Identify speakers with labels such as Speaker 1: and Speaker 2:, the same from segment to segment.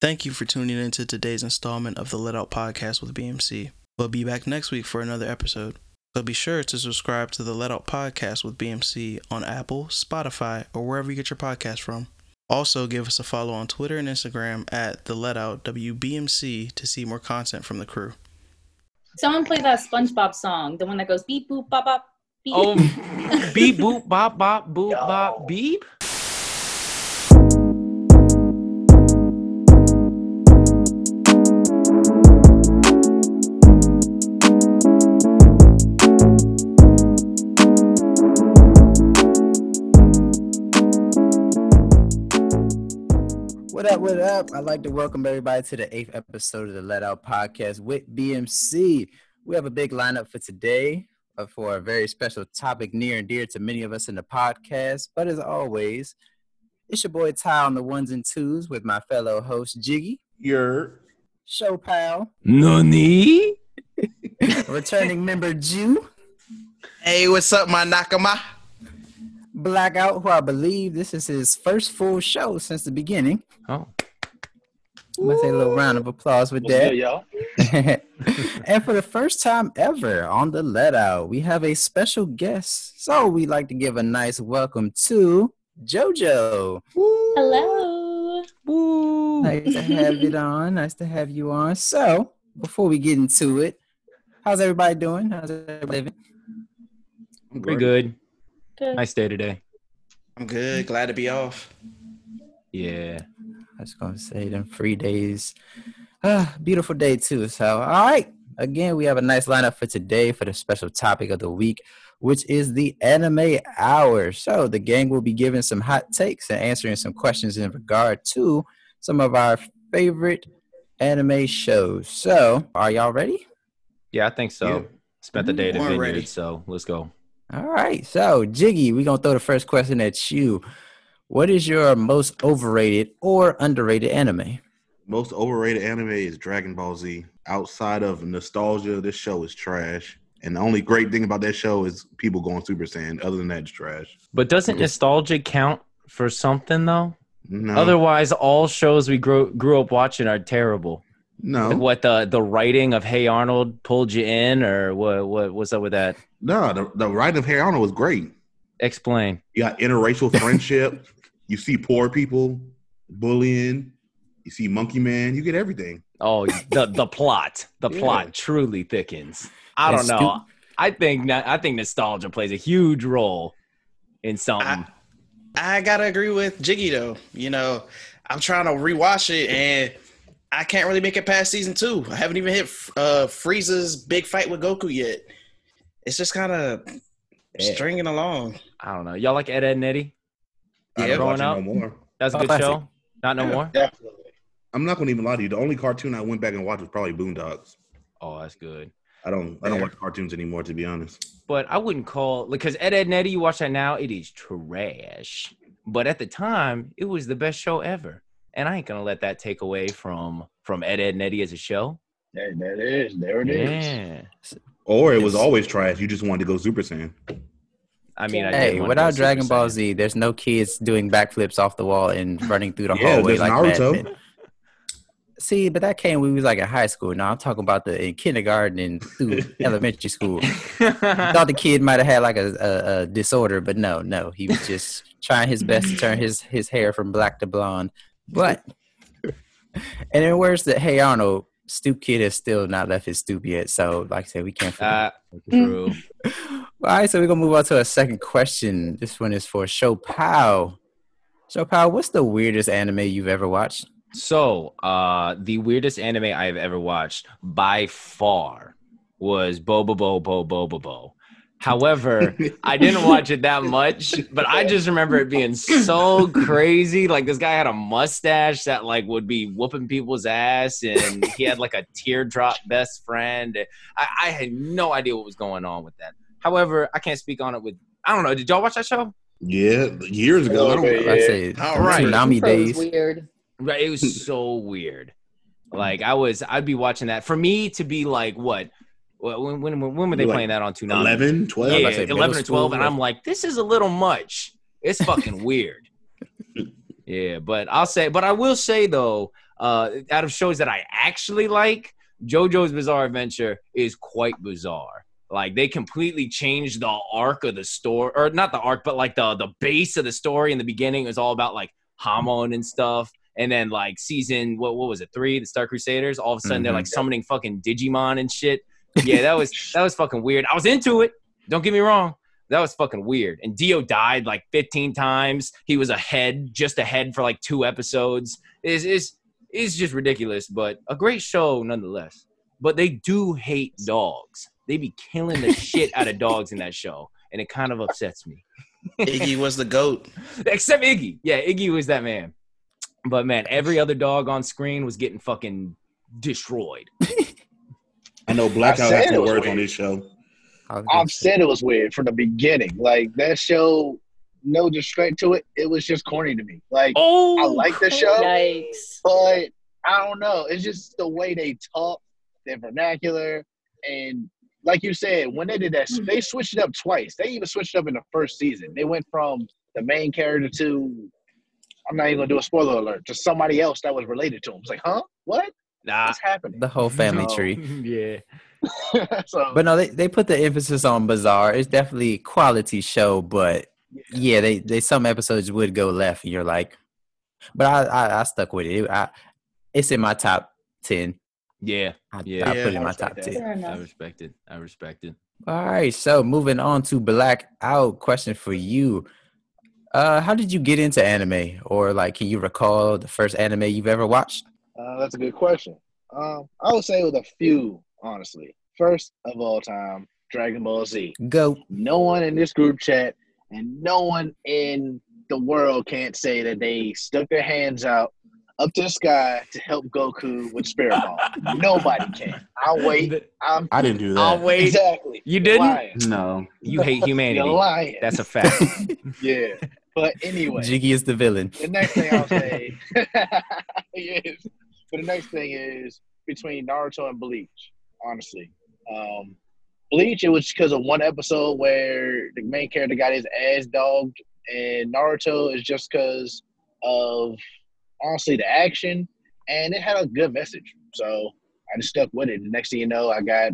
Speaker 1: Thank you for tuning in to today's installment of the Let Out Podcast with BMC. We'll be back next week for another episode. So be sure to subscribe to the Let Out Podcast with BMC on Apple, Spotify, or wherever you get your podcast from. Also, give us a follow on Twitter and Instagram at the Let Out WBMC to see more content from the crew.
Speaker 2: Someone play that SpongeBob song, the one that goes beep boop bop bop beep.
Speaker 3: Oh, beep boop bop bop boop bop beep.
Speaker 4: What up, what up? I'd like to welcome everybody to the eighth episode of the Let Out Podcast with BMC. We have a big lineup for today uh, for a very special topic near and dear to many of us in the podcast. But as always, it's your boy Ty on the ones and twos with my fellow host Jiggy,
Speaker 5: Your
Speaker 4: show pal,
Speaker 3: Nani?
Speaker 4: returning member Jew,
Speaker 1: Hey, what's up, my Nakama?
Speaker 4: Blackout, who I believe this is his first full show since the beginning.
Speaker 3: Oh,
Speaker 4: I'm gonna say a little round of applause with
Speaker 5: what's
Speaker 4: that.
Speaker 5: good, y'all?
Speaker 4: and for the first time ever on the let out, we have a special guest. So we'd like to give a nice welcome to JoJo.
Speaker 2: Hello.
Speaker 4: Nice to have it on. Nice to have you on. So before we get into it, how's everybody doing? How's everybody living?
Speaker 3: pretty good.
Speaker 2: Good.
Speaker 3: Nice day today.
Speaker 1: I'm good. Glad to be off.
Speaker 3: Yeah.
Speaker 4: I was gonna say them three days. Ah, beautiful day too. So all right. Again, we have a nice lineup for today for the special topic of the week, which is the anime hour. So the gang will be giving some hot takes and answering some questions in regard to some of our favorite anime shows. So are y'all ready?
Speaker 3: Yeah, I think so.
Speaker 1: Yeah.
Speaker 3: Spent the day at the
Speaker 1: We're
Speaker 3: vineyard,
Speaker 1: ready.
Speaker 3: so let's go.
Speaker 4: All right. So Jiggy, we're gonna throw the first question at you. What is your most overrated or underrated anime?
Speaker 5: Most overrated anime is Dragon Ball Z. Outside of nostalgia, this show is trash. And the only great thing about that show is people going Super Saiyan. Other than that, it's trash.
Speaker 3: But doesn't nostalgia count for something though?
Speaker 5: No,
Speaker 3: Otherwise, all shows we grew grew up watching are terrible. Like,
Speaker 5: no,
Speaker 3: what the the writing of Hey Arnold pulled you in, or what what what's up with that?
Speaker 5: no. The, the writing of Harry Arnold was great.
Speaker 3: Explain.
Speaker 5: You got interracial friendship. you see poor people bullying. You see Monkey Man. You get everything.
Speaker 3: Oh, the the plot, the
Speaker 5: Yeah.
Speaker 3: plot truly thickens. I
Speaker 4: And
Speaker 3: don't know.
Speaker 4: stu-
Speaker 3: I think no- I think nostalgia plays a huge role in something.
Speaker 1: I- I gotta agree with Jiggy though. You know, I'm trying to rewatch it and I can't really make it past season two. I haven't even hit uh, Frieza's big fight with Goku yet. It's just kind of
Speaker 4: Yeah.
Speaker 1: stringing along.
Speaker 3: I don't know. Y'all like Ed, Ed and Eddie?
Speaker 5: I
Speaker 1: Yeah.
Speaker 5: don't watch it
Speaker 3: Growing
Speaker 5: no more.
Speaker 3: That's a good
Speaker 4: Classic.
Speaker 3: show. Not no more.
Speaker 5: I'm not gonna even lie to you. The only cartoon I went back and watched was probably Boondocks.
Speaker 3: Oh, that's good.
Speaker 5: I don't. I don't
Speaker 1: Fair.
Speaker 5: watch cartoons anymore, to be honest.
Speaker 3: But I wouldn't call because Ed, Ed and Eddie. You watch that now, it is trash. But at the time, it was the best show ever, and I ain't gonna let that take away from from Ed, Ed and Eddie as a show.
Speaker 6: There, there it is. There it is.
Speaker 3: Yeah.
Speaker 5: Or it was
Speaker 4: It's-
Speaker 5: always trash. You just wanted to go Super Saiyan.
Speaker 3: I mean, I did
Speaker 4: Hey,
Speaker 3: wanna go
Speaker 4: without
Speaker 3: Super
Speaker 4: Dragon Ball
Speaker 3: Saiyan.
Speaker 4: Z, there's no kids doing backflips off the wall and running through the
Speaker 5: Yeah,
Speaker 4: hallway
Speaker 5: there's
Speaker 4: like
Speaker 5: Naruto.
Speaker 4: madmen. See, but that came when we was like in high school. Now I'm talking about the in kindergarten and through elementary school. I thought the kid might have had like a, a, a disorder, but no, no, he was just trying his best to turn his his hair from black to blonde. But and then where's the Hey Arnold? Stoop kid has still not left his stoop yet. So, like I said, we can't. forget
Speaker 3: Uh, true.
Speaker 4: All right, so we're gonna move on to our second question. This one is for Chopal. Chopal, what's the weirdest anime you've ever watched?
Speaker 3: So, uh, the weirdest anime I've ever watched by far was Bobo Bo Bo Bobo Bo. However, I didn't watch it that much, but I just remember it being so crazy. Like this guy had a mustache that like would be whooping people's ass, and he had like a teardrop best friend. I, I had no idea what was going on with that. However, I can't speak on it with. I don't know. Did y'all watch that show?
Speaker 5: Yeah, years ago. I don't-
Speaker 6: Okay.
Speaker 4: I say
Speaker 1: All right.
Speaker 4: tsunami
Speaker 7: Pro is
Speaker 4: days.
Speaker 7: Weird.
Speaker 3: Right, it was so weird. Like I was, I'd be watching that. For me to be like, what? what- When when when, when were they
Speaker 5: Like
Speaker 3: playing that on Toonami?
Speaker 5: 11,
Speaker 3: yeah,
Speaker 5: 12?
Speaker 4: I was about to say
Speaker 3: eleven
Speaker 4: middle
Speaker 3: or twelve,
Speaker 4: school.
Speaker 3: and I'm like, this is a little much. It's fucking weird. Yeah, but I'll say, but I will say though, Uh, out of shows that I actually like, JoJo's Bizarre Adventure is quite bizarre. Like they completely changed the arc of the story, or not the arc, but like the the base of the story in the beginning is all about like Hamon and stuff. And then like season what what was it three, the Star Crusaders. All of a sudden they're
Speaker 4: Mhm.
Speaker 3: like summoning fucking Digimon and shit. Yeah, that was that was fucking weird. I was into it. Don't get me wrong. That was fucking weird. And Dio died like 15 times. He was ahead, just ahead for like two episodes. Is is is just ridiculous, but a great show nonetheless. But they do hate dogs. They be killing the shit out of dogs in that show, and it kind of upsets me.
Speaker 1: Iggy was the goat.
Speaker 3: Except Iggy. Yeah, Iggy was that man. But man, every other dog on screen was getting fucking destroyed.
Speaker 5: I know
Speaker 6: I
Speaker 5: Blackout
Speaker 6: said
Speaker 5: has
Speaker 6: it
Speaker 5: no
Speaker 6: was
Speaker 5: words on
Speaker 6: weird.
Speaker 5: this show.
Speaker 4: I was gonna
Speaker 6: I've said it was weird from the beginning. Like that show, no disrespect to it, it was just corny to me. Like
Speaker 3: Oh,
Speaker 6: I like the show,
Speaker 2: Yikes.
Speaker 6: but I don't know. It's just the way they talk, their vernacular, and like you said, when they did that,
Speaker 4: Mm.
Speaker 6: they switched it up twice. They even switched up in the first season. They went from the main character to I'm not even gonna do a spoiler alert to somebody else that was related to him. It's like, huh? What?
Speaker 3: nah.
Speaker 6: What's happening?
Speaker 4: the whole family
Speaker 6: No.
Speaker 4: tree.
Speaker 3: yeah.
Speaker 6: so,
Speaker 4: But no, they, they put the emphasis on bizarre. It's definitely a quality show, but yeah, they, they some episodes would go left, and you're like, but I I, I stuck with it. I, it's in my top ten.
Speaker 3: Yeah.
Speaker 4: I,
Speaker 3: Yeah.
Speaker 4: I put it in
Speaker 6: I
Speaker 4: my
Speaker 6: respect that.
Speaker 4: top ten.
Speaker 2: Fair
Speaker 3: I
Speaker 2: enough.
Speaker 3: respect it. I respect it.
Speaker 4: All right, so moving on to Black Out. Question for you: uh, How did you get into anime, or like, can you recall the first anime you've ever watched?
Speaker 6: Uh, that's a good question. Um, I would say with a few, honestly. First of all time, Dragon Ball Z.
Speaker 4: Go.
Speaker 6: No one in this group chat and no one in the world can't say that they stuck their hands out up to the sky to help Goku with Spirit Ball. Nobody can. I'll wait. I'm
Speaker 5: I didn't do that.
Speaker 3: I'll wait.
Speaker 6: exactly.
Speaker 3: You didn't?
Speaker 6: Lying.
Speaker 5: No.
Speaker 3: You hate
Speaker 6: You're
Speaker 3: humanity.
Speaker 6: lying.
Speaker 3: That's a fact.
Speaker 6: yeah. But anyway.
Speaker 4: Jiggy is the villain.
Speaker 6: The next thing I'll say yes. But the next thing is between Naruto and Bleach, honestly. Um, Bleach, it was because of one episode where the main character got his ass dogged, and Naruto is just because of honestly the action, and it had a good message. So I just stuck with it. The next thing you know, I got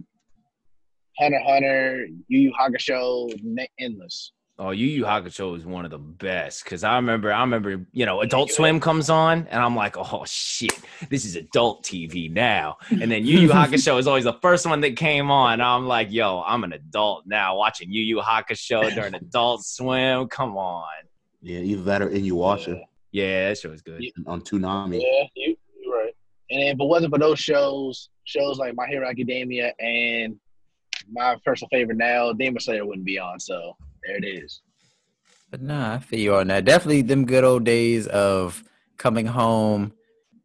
Speaker 6: Hunter x Hunter, Yu Yu Hakusho, ne- endless.
Speaker 3: Oh, Yu Yu Hakusho is one of the best because I remember, I remember, you know, Adult Swim comes on, and I'm like, oh shit, this is adult TV now. And then Yu Yu Hakusho is always the first one that came on. I'm like, yo, I'm an adult now watching Yu Yu Hakusho during Adult Swim. Come on,
Speaker 5: Yeah, either that or Inuyasha
Speaker 3: yeah, that show is good.
Speaker 5: on Toonami.
Speaker 6: Yeah, you you're right. And then, but wasn't for those shows, shows like My Hero Academia and my personal favorite now, Demon Slayer wouldn't be on. So there it is.
Speaker 4: But nah, I feel you on that. Definitely them good old days of coming home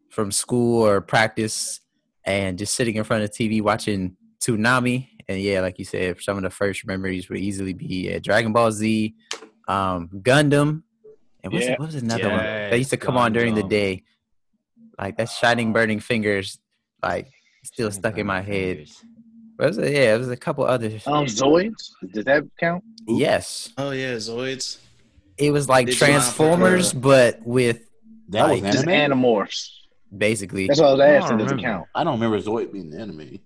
Speaker 4: from school or practice and just sitting in front of TV watching Toonami. And yeah, like you said, some of the first memories would easily be uh, Dragon Ball Z, um, Gundam, and what's,
Speaker 6: Yeah.
Speaker 4: what was another one that
Speaker 3: Yes,
Speaker 4: used to come on during the
Speaker 3: Gundam.
Speaker 4: day? Like that Shining Burning Fingers, like still stuck in my head. But it was, yeah, there was a couple others.
Speaker 6: Um, Zoids, did that count?
Speaker 4: yes,
Speaker 1: Oh yeah, Zoids.
Speaker 4: it was like
Speaker 1: Did you not-
Speaker 4: Transformers, but with
Speaker 5: That was
Speaker 4: Like,
Speaker 6: Just
Speaker 5: anime.
Speaker 6: Animorphs.
Speaker 4: basically
Speaker 6: That's what I was asking.
Speaker 3: I don't
Speaker 6: Does it
Speaker 3: remember.
Speaker 6: count?
Speaker 5: I don't remember Zoid being the enemy.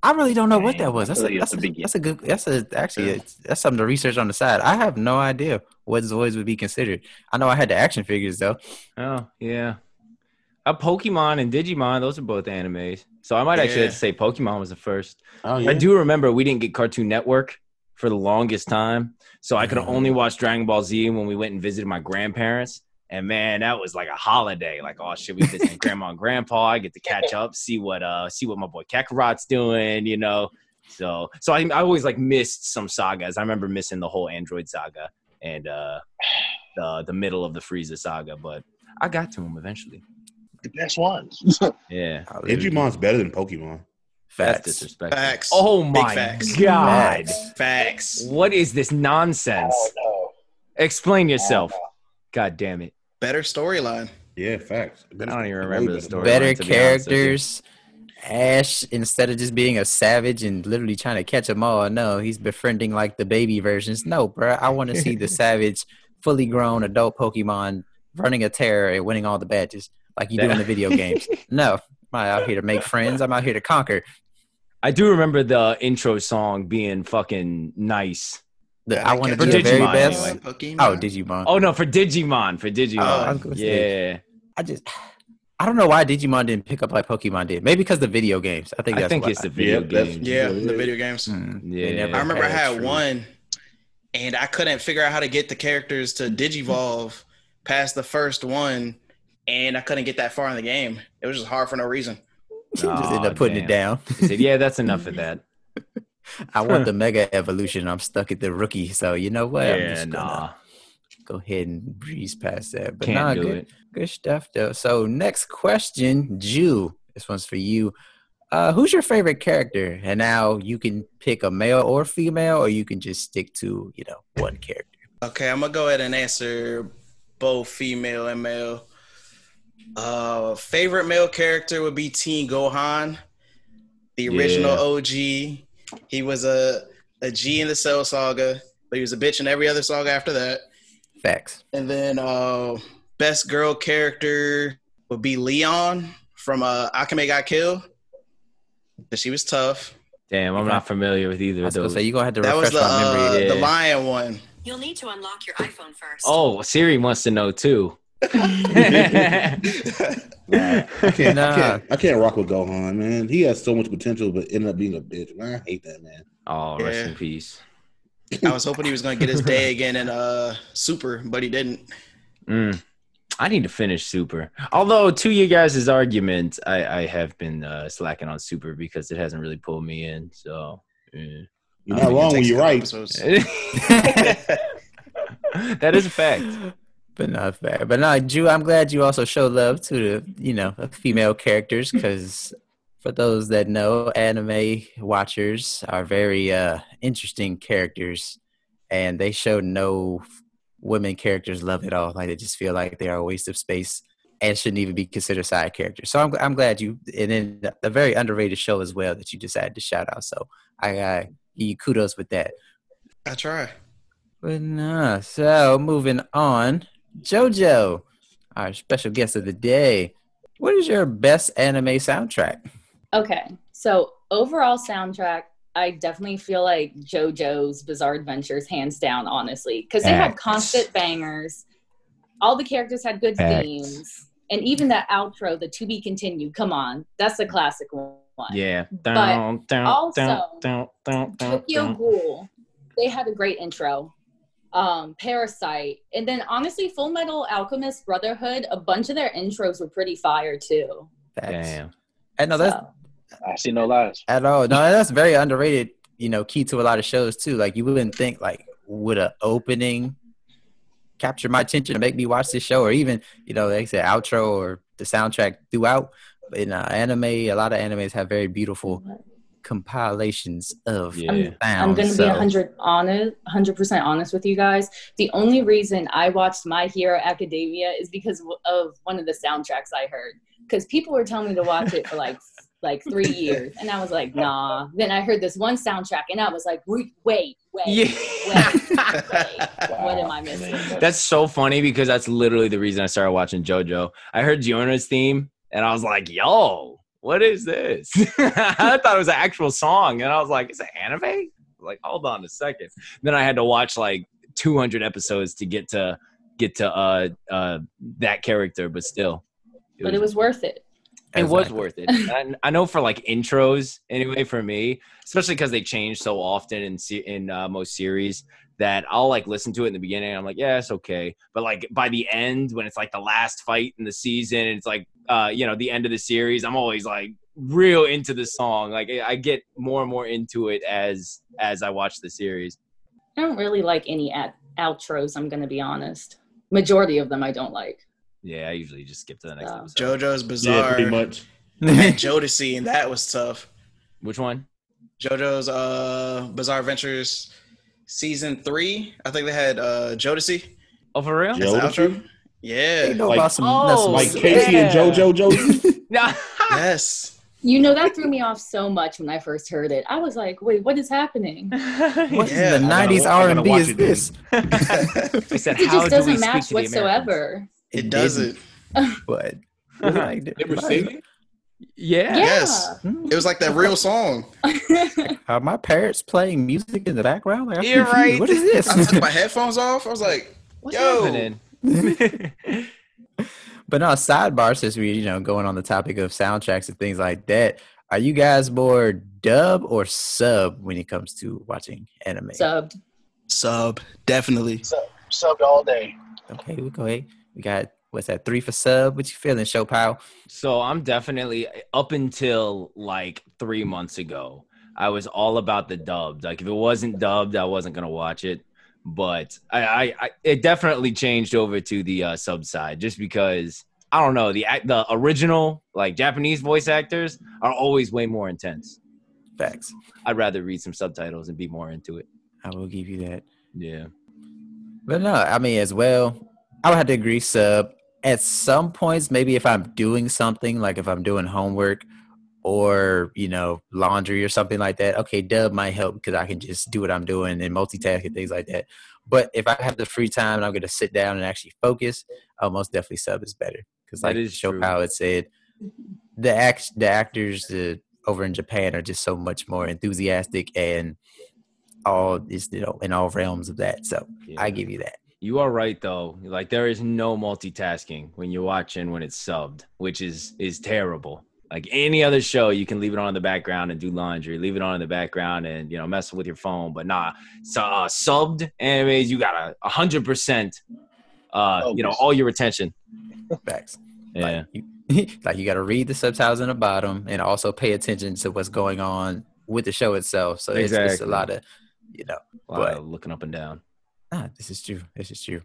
Speaker 4: I really don't know what
Speaker 6: Dang,
Speaker 4: that was. That's
Speaker 6: I
Speaker 4: a,
Speaker 6: thought you
Speaker 4: that's, a,
Speaker 6: had to begin.
Speaker 4: that's a good. That's a actually it's that's something to research on the side. I have no idea what Zoids would be considered. I know I had the action figures though.
Speaker 3: Oh yeah, uh, Pokemon and Digimon, those are both animes. So I might actually
Speaker 1: Yeah.
Speaker 3: have to say Pokemon was the first.
Speaker 5: Oh yeah.
Speaker 3: I do remember we didn't get Cartoon Network for the longest time, so I could
Speaker 4: Mhm.
Speaker 3: only watch Dragon Ball Z when we went and visited my grandparents. And man, that was like a holiday. Like, oh shit, we visiting grandma and grandpa. I get to catch up, see what uh, see what my boy Kakarot's doing, you know. So, so I, I always like missed some sagas. I remember missing the whole Android saga and uh, the the middle of the Frieza saga, but I got to him eventually.
Speaker 6: The best ones.
Speaker 3: Yeah,
Speaker 5: Digimon's better than Pokemon.
Speaker 3: that's
Speaker 4: Facts.
Speaker 3: disrespectful.
Speaker 1: Facts.
Speaker 3: Oh
Speaker 1: Big
Speaker 3: my
Speaker 1: facts.
Speaker 3: god!
Speaker 4: Facts.
Speaker 1: Facts.
Speaker 3: What is this nonsense?
Speaker 6: oh no.
Speaker 3: Explain yourself. God damn it.
Speaker 1: Better storyline.
Speaker 5: Yeah, facts.
Speaker 3: I don't even remember the story.
Speaker 4: Better
Speaker 3: to be honest with you.
Speaker 4: characters. Ash, instead of just being a savage and literally trying to catch them all, no, he's befriending like the baby versions. No, bro, I want to see the savage, fully grown adult Pokemon running a terror and winning all the badges. like you do in the video games. No, I'm not out here to make friends. I'm out here to conquer.
Speaker 3: I do remember the intro song being fucking nice.
Speaker 4: The,
Speaker 5: Yeah,
Speaker 4: I
Speaker 5: they
Speaker 4: want to
Speaker 5: catch
Speaker 4: be the
Speaker 3: you
Speaker 4: very
Speaker 3: Digimon,
Speaker 4: best.
Speaker 3: anyway.
Speaker 4: Oh, Digimon.
Speaker 3: Oh no, for Digimon, for
Speaker 4: Oh, I was
Speaker 3: Digimon.
Speaker 4: gonna say.
Speaker 3: yeah,
Speaker 4: I just, I don't know why Digimon didn't pick up like Pokemon did. Maybe because the video games. I think
Speaker 3: I
Speaker 4: that's
Speaker 3: think
Speaker 4: why.
Speaker 3: it's the Hmm. video
Speaker 5: Yep, that's-
Speaker 3: game.
Speaker 1: yeah, the video games.
Speaker 4: Mm.
Speaker 3: Yeah.
Speaker 4: never
Speaker 1: I remember I
Speaker 4: had
Speaker 1: had
Speaker 4: true-
Speaker 1: one, and I couldn't figure out how to get the characters to digivolve past the first one, and I couldn't get that far in the game. It was just hard for no reason.
Speaker 4: just end
Speaker 3: Aw,
Speaker 4: up putting it down.
Speaker 3: He said, yeah, that's enough of that.
Speaker 4: I want the mega evolution. I'm stuck at the rookie, so you know what? I'm
Speaker 3: yeah,
Speaker 4: just
Speaker 3: nah,
Speaker 4: gonna go ahead and breeze past that. But
Speaker 3: can't
Speaker 4: nah,
Speaker 3: do
Speaker 4: good,
Speaker 3: it.
Speaker 4: good stuff though. So next question, Jew. This one's for you. Uh, who's your favorite character? And now you can pick a male or female, or you can just stick to you know one character.
Speaker 1: Okay, I'm gonna go ahead and answer both female and male. Uh, favorite male character would be Teen Gohan, the original
Speaker 3: Yeah.
Speaker 1: OG. He was a a G in the Cell Saga, but he was a bitch in every other saga after that.
Speaker 4: Facts.
Speaker 1: And then uh best girl character would be Leon from uh Akame Got Killed. 'Cause She was tough.
Speaker 3: Damn, I'm not familiar with either
Speaker 4: I
Speaker 3: of
Speaker 4: was gonna
Speaker 3: those.
Speaker 4: say you're gonna have to
Speaker 1: That was
Speaker 4: refresh
Speaker 1: the
Speaker 4: my
Speaker 1: uh,
Speaker 4: memory.
Speaker 3: yeah.
Speaker 1: the lion one.
Speaker 7: You'll need to unlock your iPhone first.
Speaker 3: Oh, Siri wants to know too. Oh,
Speaker 5: I can't,
Speaker 4: Nah.
Speaker 5: I can't, I can't rock with Gohan, man. He has so much potential, but ended up being a bitch. Man, I hate that man.
Speaker 3: oh, rest
Speaker 1: Yeah.
Speaker 3: in peace.
Speaker 1: I was hoping he was gonna get his day again in uh Super, but he didn't.
Speaker 3: Mm. I need to finish Super. Although to you guys' argument, I, I have been uh, slacking on Super because it hasn't really pulled me in. So eh.
Speaker 5: You're
Speaker 3: I
Speaker 5: not
Speaker 3: think
Speaker 5: wrong when
Speaker 1: Takes
Speaker 5: you're
Speaker 1: a couple
Speaker 5: right.
Speaker 1: episodes.
Speaker 3: that is a fact.
Speaker 4: But not fair. But not Jew. I'm glad you also show love to the you know female characters because for those that know, anime watchers are very uh, interesting characters, and they show no women characters love at all. Like they just feel like they are a waste of space and shouldn't even be considered side characters. So I'm I'm glad you and then a very underrated show as well that you decided to shout out. So I, I give you kudos with that.
Speaker 1: I try.
Speaker 4: But nah, so moving on, JoJo, our special guest of the day. What is your best anime soundtrack?
Speaker 2: Okay, so overall soundtrack, I definitely feel like JoJo's Bizarre Adventures, hands down, honestly, because they had
Speaker 3: Facts.
Speaker 2: constant bangers. All the characters had good
Speaker 3: Facts.
Speaker 2: themes, and even that outro, the "To Be Continued." Come on, that's a classic one.
Speaker 3: Yeah.
Speaker 2: But also,
Speaker 3: down, down,
Speaker 2: Tokyo Ghoul, they had a great intro. Um, Parasite, and then honestly, Full Metal Alchemist Brotherhood, a bunch of their intros were pretty fire too.
Speaker 4: That's,
Speaker 3: Damn.
Speaker 4: I know that's
Speaker 2: So-
Speaker 6: I see no lies.
Speaker 4: at all. No, that's very underrated. You know, key to a lot of shows too. Like you wouldn't think like would a opening capture my attention and make me watch this show, or even you know, like I said, outro or the soundtrack throughout. In uh, anime, a lot of animes have very beautiful compilations of
Speaker 3: Yeah.
Speaker 4: sound.
Speaker 2: I'm gonna
Speaker 4: so-
Speaker 2: be 100 honest, 100 percent honest with you guys. The only reason I watched My Hero Academia is because w- of one of the soundtracks I heard. Because people were telling me to watch it for like like three years, and I was like, nah. Then I heard this one soundtrack, and I was like, wait, wait, wait,
Speaker 3: Yeah.
Speaker 2: wait, wait. What am I missing?
Speaker 3: That's so funny because that's literally the reason I started watching JoJo. I heard Giona's theme and I was like, yo, what is this? I thought it was an actual song. And I was like, it's an anime? Like, hold on a second. Then I had to watch like 200 episodes to get to get to uh uh that character, but still.
Speaker 2: But it was worth it.
Speaker 3: it was
Speaker 4: Exactly.
Speaker 3: worth it. And I, I know for like intros anyway for me, especially because they change so often in se- in uh, most series that I'll like listen to it in the beginning. I'm like, yeah, it's okay. But like by the end, when it's like the last fight in the season, and it's like uh, you know the end of the series. I'm always like real into the song. Like I I get more and more into it as as I watch the series.
Speaker 2: I don't really like any at- outros. I'm gonna be honest. Majority of them I don't like.
Speaker 3: Yeah, I usually just skip to the next
Speaker 2: Wow.
Speaker 3: episode.
Speaker 1: JoJo's
Speaker 5: Yeah,
Speaker 1: Bizarre.
Speaker 5: pretty much.
Speaker 1: Jodeci, and that was tough.
Speaker 3: Which one?
Speaker 1: JoJo's uh, Bizarre Adventures season three. I think they had uh, Jodeci.
Speaker 3: Oh, for real?
Speaker 5: Yeah.
Speaker 1: That's the
Speaker 5: Jodeci?
Speaker 1: outro. Yeah.
Speaker 4: You know
Speaker 5: Like-
Speaker 4: about some, nuts
Speaker 3: Oh,
Speaker 5: Like
Speaker 4: like
Speaker 5: Casey
Speaker 3: Yeah.
Speaker 5: and JoJo Jojo.
Speaker 3: No.
Speaker 1: Yes.
Speaker 2: You know that threw me off so much when I first heard it. I was like, wait, what is happening?
Speaker 4: What
Speaker 1: Yeah,
Speaker 4: in the
Speaker 1: I
Speaker 5: gotta-
Speaker 4: nineties
Speaker 5: I
Speaker 4: R
Speaker 5: gotta
Speaker 4: and B
Speaker 5: watch
Speaker 4: is
Speaker 5: it then.
Speaker 4: this?
Speaker 3: I said,
Speaker 2: It
Speaker 3: "How
Speaker 2: just
Speaker 3: do we
Speaker 2: doesn't
Speaker 3: speak
Speaker 2: match
Speaker 3: to the Americans?"
Speaker 2: whatsoever.
Speaker 1: It
Speaker 4: didn't,
Speaker 1: doesn't.
Speaker 4: But Was it like-
Speaker 8: They were
Speaker 4: was-
Speaker 8: singing.
Speaker 3: Yeah.
Speaker 8: Yes,
Speaker 4: Hmm?
Speaker 8: it was like that real song.
Speaker 4: Are my parents playing music in the background? Like, I'm
Speaker 3: You're
Speaker 4: confused.
Speaker 3: right.
Speaker 4: What is this?
Speaker 8: I took my headphones off. I was like,
Speaker 3: What's
Speaker 8: Yo.
Speaker 3: happening?
Speaker 4: But no, sidebar, since we, you know, going on the topic of soundtracks and things like that, are you guys more dub or sub when it comes to watching anime?
Speaker 2: Subbed.
Speaker 1: Sub, definitely.
Speaker 6: Subbed all day.
Speaker 4: Okay, we go ahead. We got what's that, three for sub? What you feeling, Show Pal?
Speaker 3: So I'm definitely up until like three months ago, I was all about the dubbed. Like if it wasn't dubbed, I wasn't gonna watch it. But I, I, I it definitely changed over to the uh, sub side just because I don't know the act- the original like Japanese voice actors are always way more intense.
Speaker 4: Facts.
Speaker 3: I'd rather read some subtitles and be more into it.
Speaker 4: I will give you that.
Speaker 3: Yeah.
Speaker 4: But no, I mean, as well, I would have to agree, sub. At some points, maybe if I'm doing something, like if I'm doing homework or, you know, laundry or something like that, okay, dub might help because I can just do what I'm doing and multitask and things like that. But if I have the free time and I'm going to sit down and actually focus, uh, most definitely sub is better. Because,
Speaker 3: That
Speaker 4: like
Speaker 3: is
Speaker 4: show
Speaker 3: true.
Speaker 4: how it said, the, act- the actors uh, over in Japan are just so much more enthusiastic and all is, you know, in all realms of that. So
Speaker 3: yeah.
Speaker 4: I give you that.
Speaker 3: You are right though. Like there is no multitasking when you're watching when it's subbed, which is is terrible. Like any other show, you can leave it on in the background and do laundry, leave it on in the background and you know mess with your phone. But nah, so uh, subbed animes, you gotta hundred percent, uh, you know, all your attention.
Speaker 4: Facts.
Speaker 3: Yeah,
Speaker 4: Like you, like you got to read the subtitles on the bottom and also pay attention to what's going on with the show itself. So it's, it's a
Speaker 3: Exactly.
Speaker 4: lot of, you know,
Speaker 3: a lot of looking up and down.
Speaker 4: ah, this is true. This is true.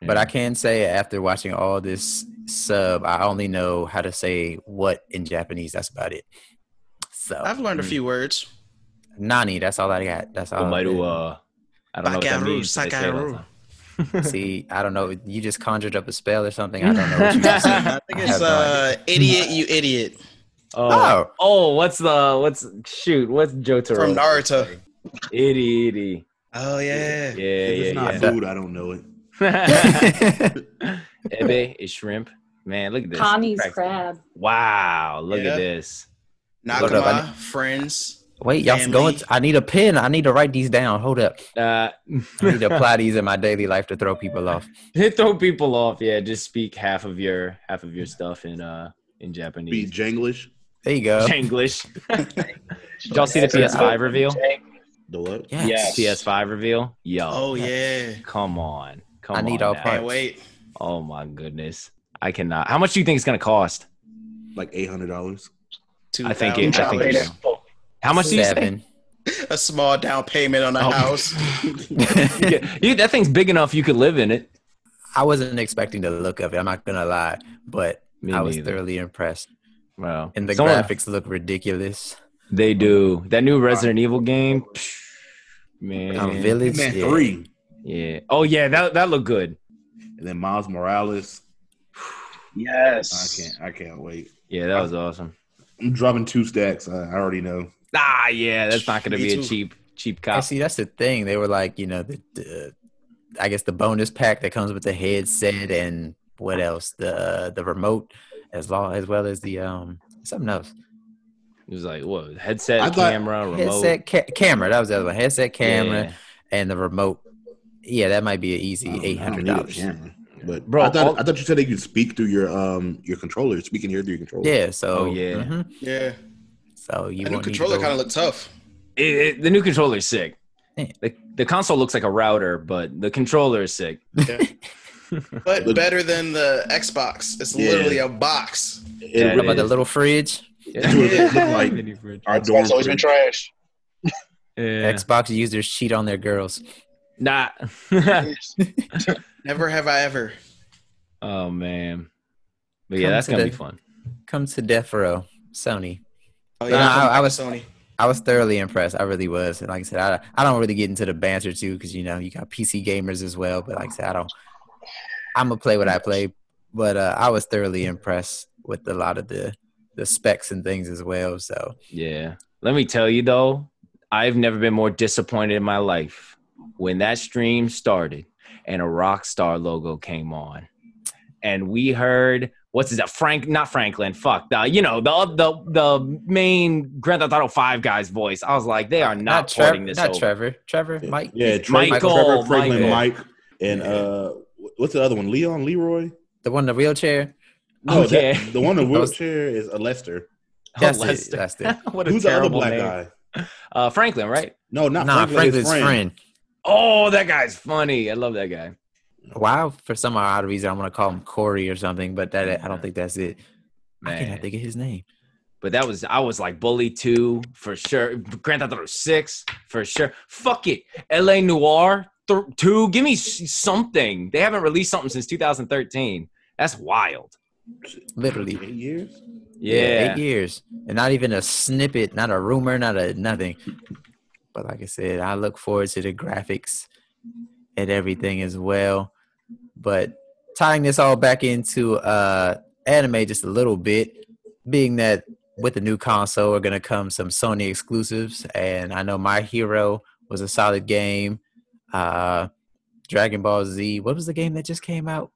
Speaker 4: But I can say after watching all this sub, I only know how to say what in Japanese. That's about it. So
Speaker 1: I've learned a
Speaker 3: Mm.
Speaker 1: few words.
Speaker 4: nani, that's all I got. That's all.
Speaker 3: Omaru, uh, I don't know what that
Speaker 1: Bakaru,
Speaker 3: means. but they say it all the
Speaker 1: Sakaru.
Speaker 3: time.
Speaker 4: See, I don't know. You just conjured up a spell or something. I don't know. What you just said.
Speaker 3: I
Speaker 1: I
Speaker 4: I
Speaker 1: think
Speaker 4: have
Speaker 1: it's
Speaker 4: no
Speaker 1: uh,
Speaker 4: idea.
Speaker 1: idiot, you idiot
Speaker 3: Oh,
Speaker 4: Oh,
Speaker 3: oh, what's the what's shoot? What's Jotaro?
Speaker 1: from Naruto.
Speaker 3: Itty itty.
Speaker 1: Oh yeah.
Speaker 3: Yeah,
Speaker 5: If
Speaker 3: yeah,
Speaker 5: it's not
Speaker 3: yeah.
Speaker 5: food, I don't know it.
Speaker 3: uh, Ebe is shrimp. Man, look at this.
Speaker 2: Connie's
Speaker 3: Crack-
Speaker 2: crab.
Speaker 3: Wow, look
Speaker 1: Yeah.
Speaker 3: at this.
Speaker 4: Hold up, I
Speaker 1: Nakama, friends.
Speaker 4: wait, y'all
Speaker 1: Family.
Speaker 4: going? I need a pen. I need to write these down. Hold up.
Speaker 3: Uh,
Speaker 4: I need to apply these in my daily life to throw people off.
Speaker 3: throw people off. Yeah, just speak half of your half of your stuff in uh in
Speaker 5: Be
Speaker 3: Japanese.
Speaker 5: Janglish.
Speaker 4: There you go.
Speaker 3: English. Did y'all see the PS5 reveal?
Speaker 5: The what?
Speaker 4: Yes.
Speaker 6: Yes.
Speaker 3: PS5 reveal? Yo,
Speaker 1: Oh yeah.
Speaker 3: come on, come
Speaker 4: I
Speaker 3: on.
Speaker 4: need all
Speaker 3: now.
Speaker 4: parts.
Speaker 1: Can't wait.
Speaker 3: Oh my goodness, I cannot. How much do you think it's gonna cost?
Speaker 5: Like eight hundred dollars.
Speaker 1: Two
Speaker 3: I think it. I
Speaker 1: thousand
Speaker 3: think
Speaker 1: dollars.
Speaker 3: it's, how much do you say?
Speaker 4: Seven.
Speaker 1: a small down payment on a
Speaker 3: Oh.
Speaker 1: house.
Speaker 3: Yeah, you, that thing's big enough you could live in it.
Speaker 4: I wasn't expecting the look of it. I'm not gonna lie, but
Speaker 3: Me
Speaker 4: I was
Speaker 3: neither.
Speaker 4: thoroughly impressed.
Speaker 3: Wow.
Speaker 4: And the
Speaker 3: Someone-
Speaker 4: graphics look ridiculous.
Speaker 3: They do. That new Resident Evil game. psh, Man.
Speaker 4: Um, Village
Speaker 5: Man,
Speaker 4: yeah.
Speaker 5: three.
Speaker 3: Yeah. Oh yeah, that that looked good.
Speaker 5: And then Miles Morales. I
Speaker 6: Yes.
Speaker 5: can't. I can't wait.
Speaker 3: Yeah, that was awesome.
Speaker 5: I'm dropping two stacks. I, I already know.
Speaker 3: Ah, yeah, that's not gonna
Speaker 1: Me
Speaker 3: be a
Speaker 1: too.
Speaker 3: cheap cheap
Speaker 4: And
Speaker 3: cop.
Speaker 4: see, that's the thing. They were like, you know, the, the I guess the bonus pack that comes with the headset and what else? The uh, the remote, as long as well as the um something else.
Speaker 3: It was like what headset,
Speaker 5: I thought-
Speaker 3: camera, remote.
Speaker 4: Headset ca- camera. That was the other one. Headset camera.
Speaker 3: Yeah.
Speaker 4: and the remote. Yeah, that might be an
Speaker 5: I
Speaker 3: Oh,
Speaker 5: don't-
Speaker 4: easy
Speaker 5: I
Speaker 4: eight
Speaker 5: don't
Speaker 4: hundred
Speaker 5: need a
Speaker 4: dollars.
Speaker 5: camera. But
Speaker 3: Bro,
Speaker 5: bro, I thought
Speaker 3: all-
Speaker 5: I thought you said that you could speak through your um your controller. Speaking here through your controller.
Speaker 4: Yeah, so
Speaker 3: Oh, yeah.
Speaker 4: mhm.
Speaker 1: Yeah.
Speaker 4: So you
Speaker 1: The new
Speaker 4: won't need to
Speaker 1: controller
Speaker 4: go-
Speaker 1: kind of looked tough.
Speaker 3: It- it- the new controller is sick.
Speaker 4: Yeah.
Speaker 3: The, the console looks like a router, but the controller is sick.
Speaker 1: But
Speaker 5: Look-
Speaker 1: better than the Xbox. It's
Speaker 5: Yeah.
Speaker 1: literally a box.
Speaker 5: It
Speaker 3: Yeah,
Speaker 4: How about
Speaker 5: really-
Speaker 4: the little fridge?
Speaker 5: It looked like our dorm
Speaker 6: Xbox always been
Speaker 5: fridge.
Speaker 6: trash.
Speaker 3: Yeah.
Speaker 4: Xbox users cheat on their girls.
Speaker 3: Nah.
Speaker 6: Yes.
Speaker 1: Never have I ever.
Speaker 3: oh man. But yeah,
Speaker 4: Come
Speaker 3: that's
Speaker 4: to
Speaker 3: gonna
Speaker 4: the-
Speaker 3: be fun.
Speaker 4: Come to Death Row, Sony.
Speaker 1: Oh
Speaker 4: No, I-
Speaker 1: from
Speaker 4: I was-
Speaker 1: Sony.
Speaker 4: I was thoroughly impressed. I really was. And like I said, I, I don't really get into the banter too because you know you got PC gamers as well. But like I said, I don't. I'm gonna play what I play. But uh, I was thoroughly impressed with a lot of the the specs and things as well. So
Speaker 3: Yeah. Let me tell you though, I've never been more disappointed in my life when that stream started and a rock star logo came on. And we heard what's his Frank? Not Franklin. Fuck. The, you know the the the main Grand Theft Auto Five guy's voice. I was like, they are not,
Speaker 4: not
Speaker 3: porting
Speaker 4: Trevor.
Speaker 3: this
Speaker 4: Not
Speaker 3: over.
Speaker 4: Trevor. Trevor. Mike.
Speaker 5: Yeah, Trevor,
Speaker 3: Michael,
Speaker 5: Trevor Franklin,
Speaker 3: Michael.
Speaker 5: Mike, and uh, wh- what's the other one? Leon Leroy.
Speaker 4: The one in the wheelchair.
Speaker 5: No,
Speaker 3: Okay.
Speaker 5: that- the one in
Speaker 4: That was-
Speaker 5: wheelchair is a Lester.
Speaker 4: That's it.
Speaker 3: Lester.
Speaker 4: That's it.
Speaker 3: what a
Speaker 5: Who's the other
Speaker 3: terrible
Speaker 5: black
Speaker 3: name.
Speaker 5: guy?
Speaker 3: Uh, Franklin, right?
Speaker 5: No, not
Speaker 4: Nah,
Speaker 5: Franklin, his
Speaker 4: Franklin's friend.
Speaker 3: Oh, that guy's funny. I love that guy.
Speaker 4: Why, for some odd reason, I'm gonna call him Corey or something, but that I don't think that's it. I
Speaker 3: Man.
Speaker 4: cannot think of his name.
Speaker 3: But that was I was like Bully Two for sure. Grand Theft Auto Six for sure. Fuck it, L.A. Noir th- Two. Give me s- something. They haven't released something since 2013. That's wild.
Speaker 4: Literally,
Speaker 5: Eight years.
Speaker 3: Yeah.
Speaker 4: eight years, and not even a snippet, not a rumor, not a nothing. But like I said, I look forward to the graphics and everything as well. But tying this all back into uh, anime just a little bit, being that with the new console are gonna come some Sony exclusives, and I know My Hero was a solid game. Uh, Dragon Ball Z, what was the game that just came out?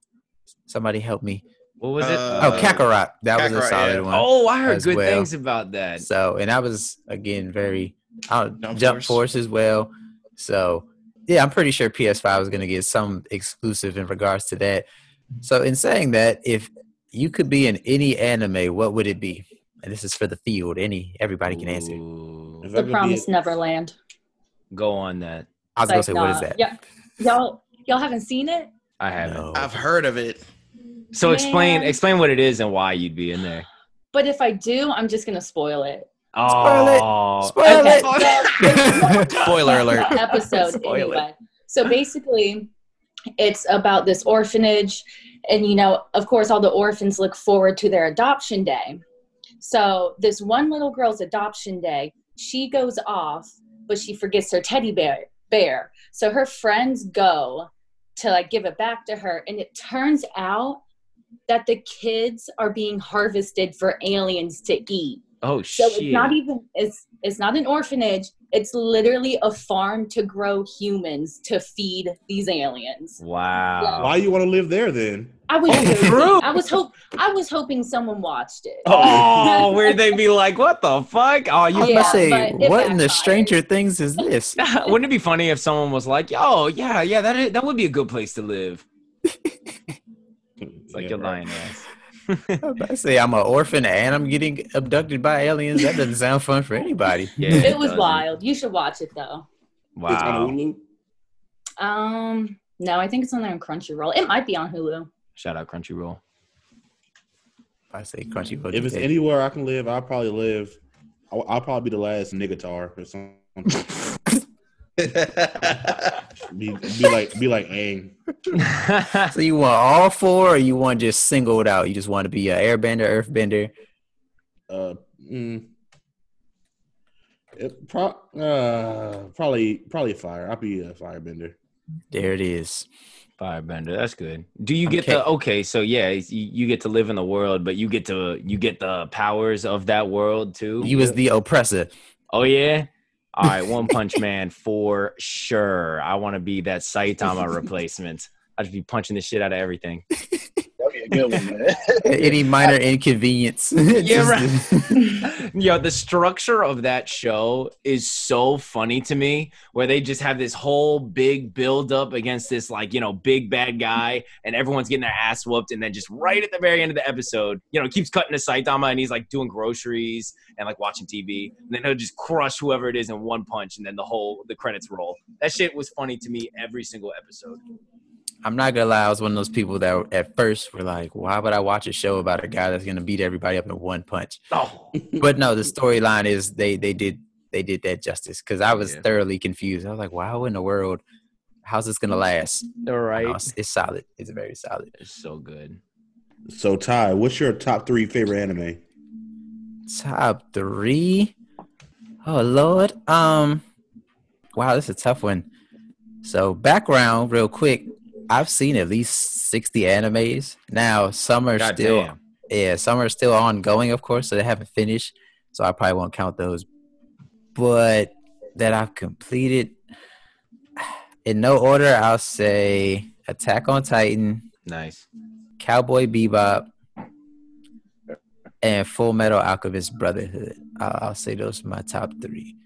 Speaker 4: Somebody help me.
Speaker 3: What was it?
Speaker 8: Uh,
Speaker 4: Oh, Kakarot. That was a
Speaker 8: Kakarot,
Speaker 4: solid
Speaker 8: yeah.
Speaker 4: one.
Speaker 3: Oh, I heard
Speaker 4: as
Speaker 3: good
Speaker 4: well.
Speaker 3: things about that.
Speaker 4: So, and I was again very uh,
Speaker 1: Jump
Speaker 4: jump,
Speaker 1: Force.
Speaker 4: force. as well. So, yeah, I'm pretty sure PS5 is going to get some exclusive in regards to that. So, in saying that, if you could be in any anime, what would it be? And this is for the field. Any everybody can answer.
Speaker 3: Ooh.
Speaker 5: If I
Speaker 2: The
Speaker 5: could be-
Speaker 2: Promised Neverland.
Speaker 3: Go on that.
Speaker 4: I was going to
Speaker 2: Like,
Speaker 4: say, what is
Speaker 2: uh,
Speaker 4: that?
Speaker 2: Yeah, y'all, y'all haven't seen it.
Speaker 3: I haven't.
Speaker 4: No.
Speaker 8: I've heard of it.
Speaker 3: So explain
Speaker 2: Man.
Speaker 3: explain what it is and why you'd be in there.
Speaker 2: But if I do, I'm just gonna spoil it.
Speaker 3: Oh,
Speaker 4: Spoil
Speaker 2: Okay,
Speaker 4: it.
Speaker 2: well, it's not
Speaker 4: Spoiler alert.
Speaker 2: the Episode
Speaker 4: Spoil it.
Speaker 2: anyway. So basically, it's about this orphanage, and you know, of course, all the orphans look forward to their adoption day. So this one little girl's adoption day, she goes off, but she forgets her teddy bear. Bear. So her friends go to like give it back to her, and it turns out that the kids are being harvested for aliens to eat.
Speaker 3: oh
Speaker 2: So
Speaker 3: shit.
Speaker 2: it's not even it's it's not an orphanage. It's literally a farm to grow humans to feed these aliens.
Speaker 3: wow.
Speaker 5: Why you want to live there then?
Speaker 2: I was
Speaker 3: Oh, true.
Speaker 2: I was hope I was hoping someone watched it.
Speaker 3: Oh, where they be like, what the fuck? Oh,
Speaker 4: I was
Speaker 3: you.
Speaker 2: Yeah,
Speaker 4: about to say,
Speaker 2: but it
Speaker 4: what in the
Speaker 2: backfired.
Speaker 4: Stranger Things is this?
Speaker 3: Wouldn't it be funny if someone was like, "Yo, yeah, yeah, that is, that would be a good place to live." It's like
Speaker 5: Yeah,
Speaker 3: you're
Speaker 5: right.
Speaker 3: lying ass.
Speaker 4: I was about to say, I'm an orphan and I'm getting abducted by aliens. That doesn't sound fun for anybody.
Speaker 3: Yeah,
Speaker 2: It was
Speaker 3: doesn't.
Speaker 2: wild. You should watch it though.
Speaker 5: It's on
Speaker 3: Wow.
Speaker 5: Hulu.
Speaker 2: Um no, I think it's on there on Crunchyroll. It might be on Hulu.
Speaker 3: Shout out Crunchyroll.
Speaker 4: I say Crunchyroll.
Speaker 5: If it's
Speaker 4: did that.
Speaker 5: anywhere I can live, I'll probably live. I'll, I'll probably be the last nigga tar or something. be, be like, be like, Aang.
Speaker 4: So you want all four, or you want just singled out? You just want to be an airbender, earthbender.
Speaker 5: Uh, mm, it pro- uh, probably, probably fire. I'll be a firebender.
Speaker 4: There it is.
Speaker 3: Firebender, that's good. Do you get the
Speaker 4: Okay.
Speaker 3: okay? So yeah, it's- you, you get to live in the world, but you get to you get the powers of that world too.
Speaker 4: You was the oppressor.
Speaker 3: oh yeah. All right, One Punch Man for sure. I want to be that Saitama replacement. I'd just be punching the shit out of everything.
Speaker 6: That'd be a good one, man.
Speaker 4: Any minor inconvenience.
Speaker 3: Yeah,
Speaker 4: Just-
Speaker 3: Yo, the structure of that show is so funny to me, where they just have this whole big build up against this, like, you know, big bad guy, and everyone's getting their ass whooped. And then just right at the very end of the episode, you know, it keeps cutting to Saitama and he's like doing groceries and like watching TV. And then he'll just crush whoever it is in one punch, and then the whole the credits roll. That shit was funny to me every single episode.
Speaker 4: I'm not gonna lie. I was one of those people that at first were like, "Why would I watch a show about a guy that's gonna beat everybody up in one punch?"
Speaker 3: Oh,
Speaker 4: But no, the storyline is they they did they did that justice because I was
Speaker 3: Yeah.
Speaker 4: thoroughly confused. I was like, "Wow, in the world, how's this gonna last?"
Speaker 3: all right.
Speaker 4: No, it's, it's solid. It's very solid.
Speaker 3: It's so good.
Speaker 5: So Ty, what's your top three favorite anime?
Speaker 4: Top three. Oh Lord. Um Wow, this is a tough one. So background real quick. I've seen at least sixty animes. Now some are
Speaker 3: God
Speaker 4: still
Speaker 3: damn.
Speaker 4: yeah, some are still ongoing, of course, so they haven't finished. So I probably won't count those. But that I've completed in no order, I'll say Attack on Titan,
Speaker 3: Nice.
Speaker 4: Cowboy Bebop, and Full Metal Alchemist Brotherhood. I'll, I'll say those are my top three.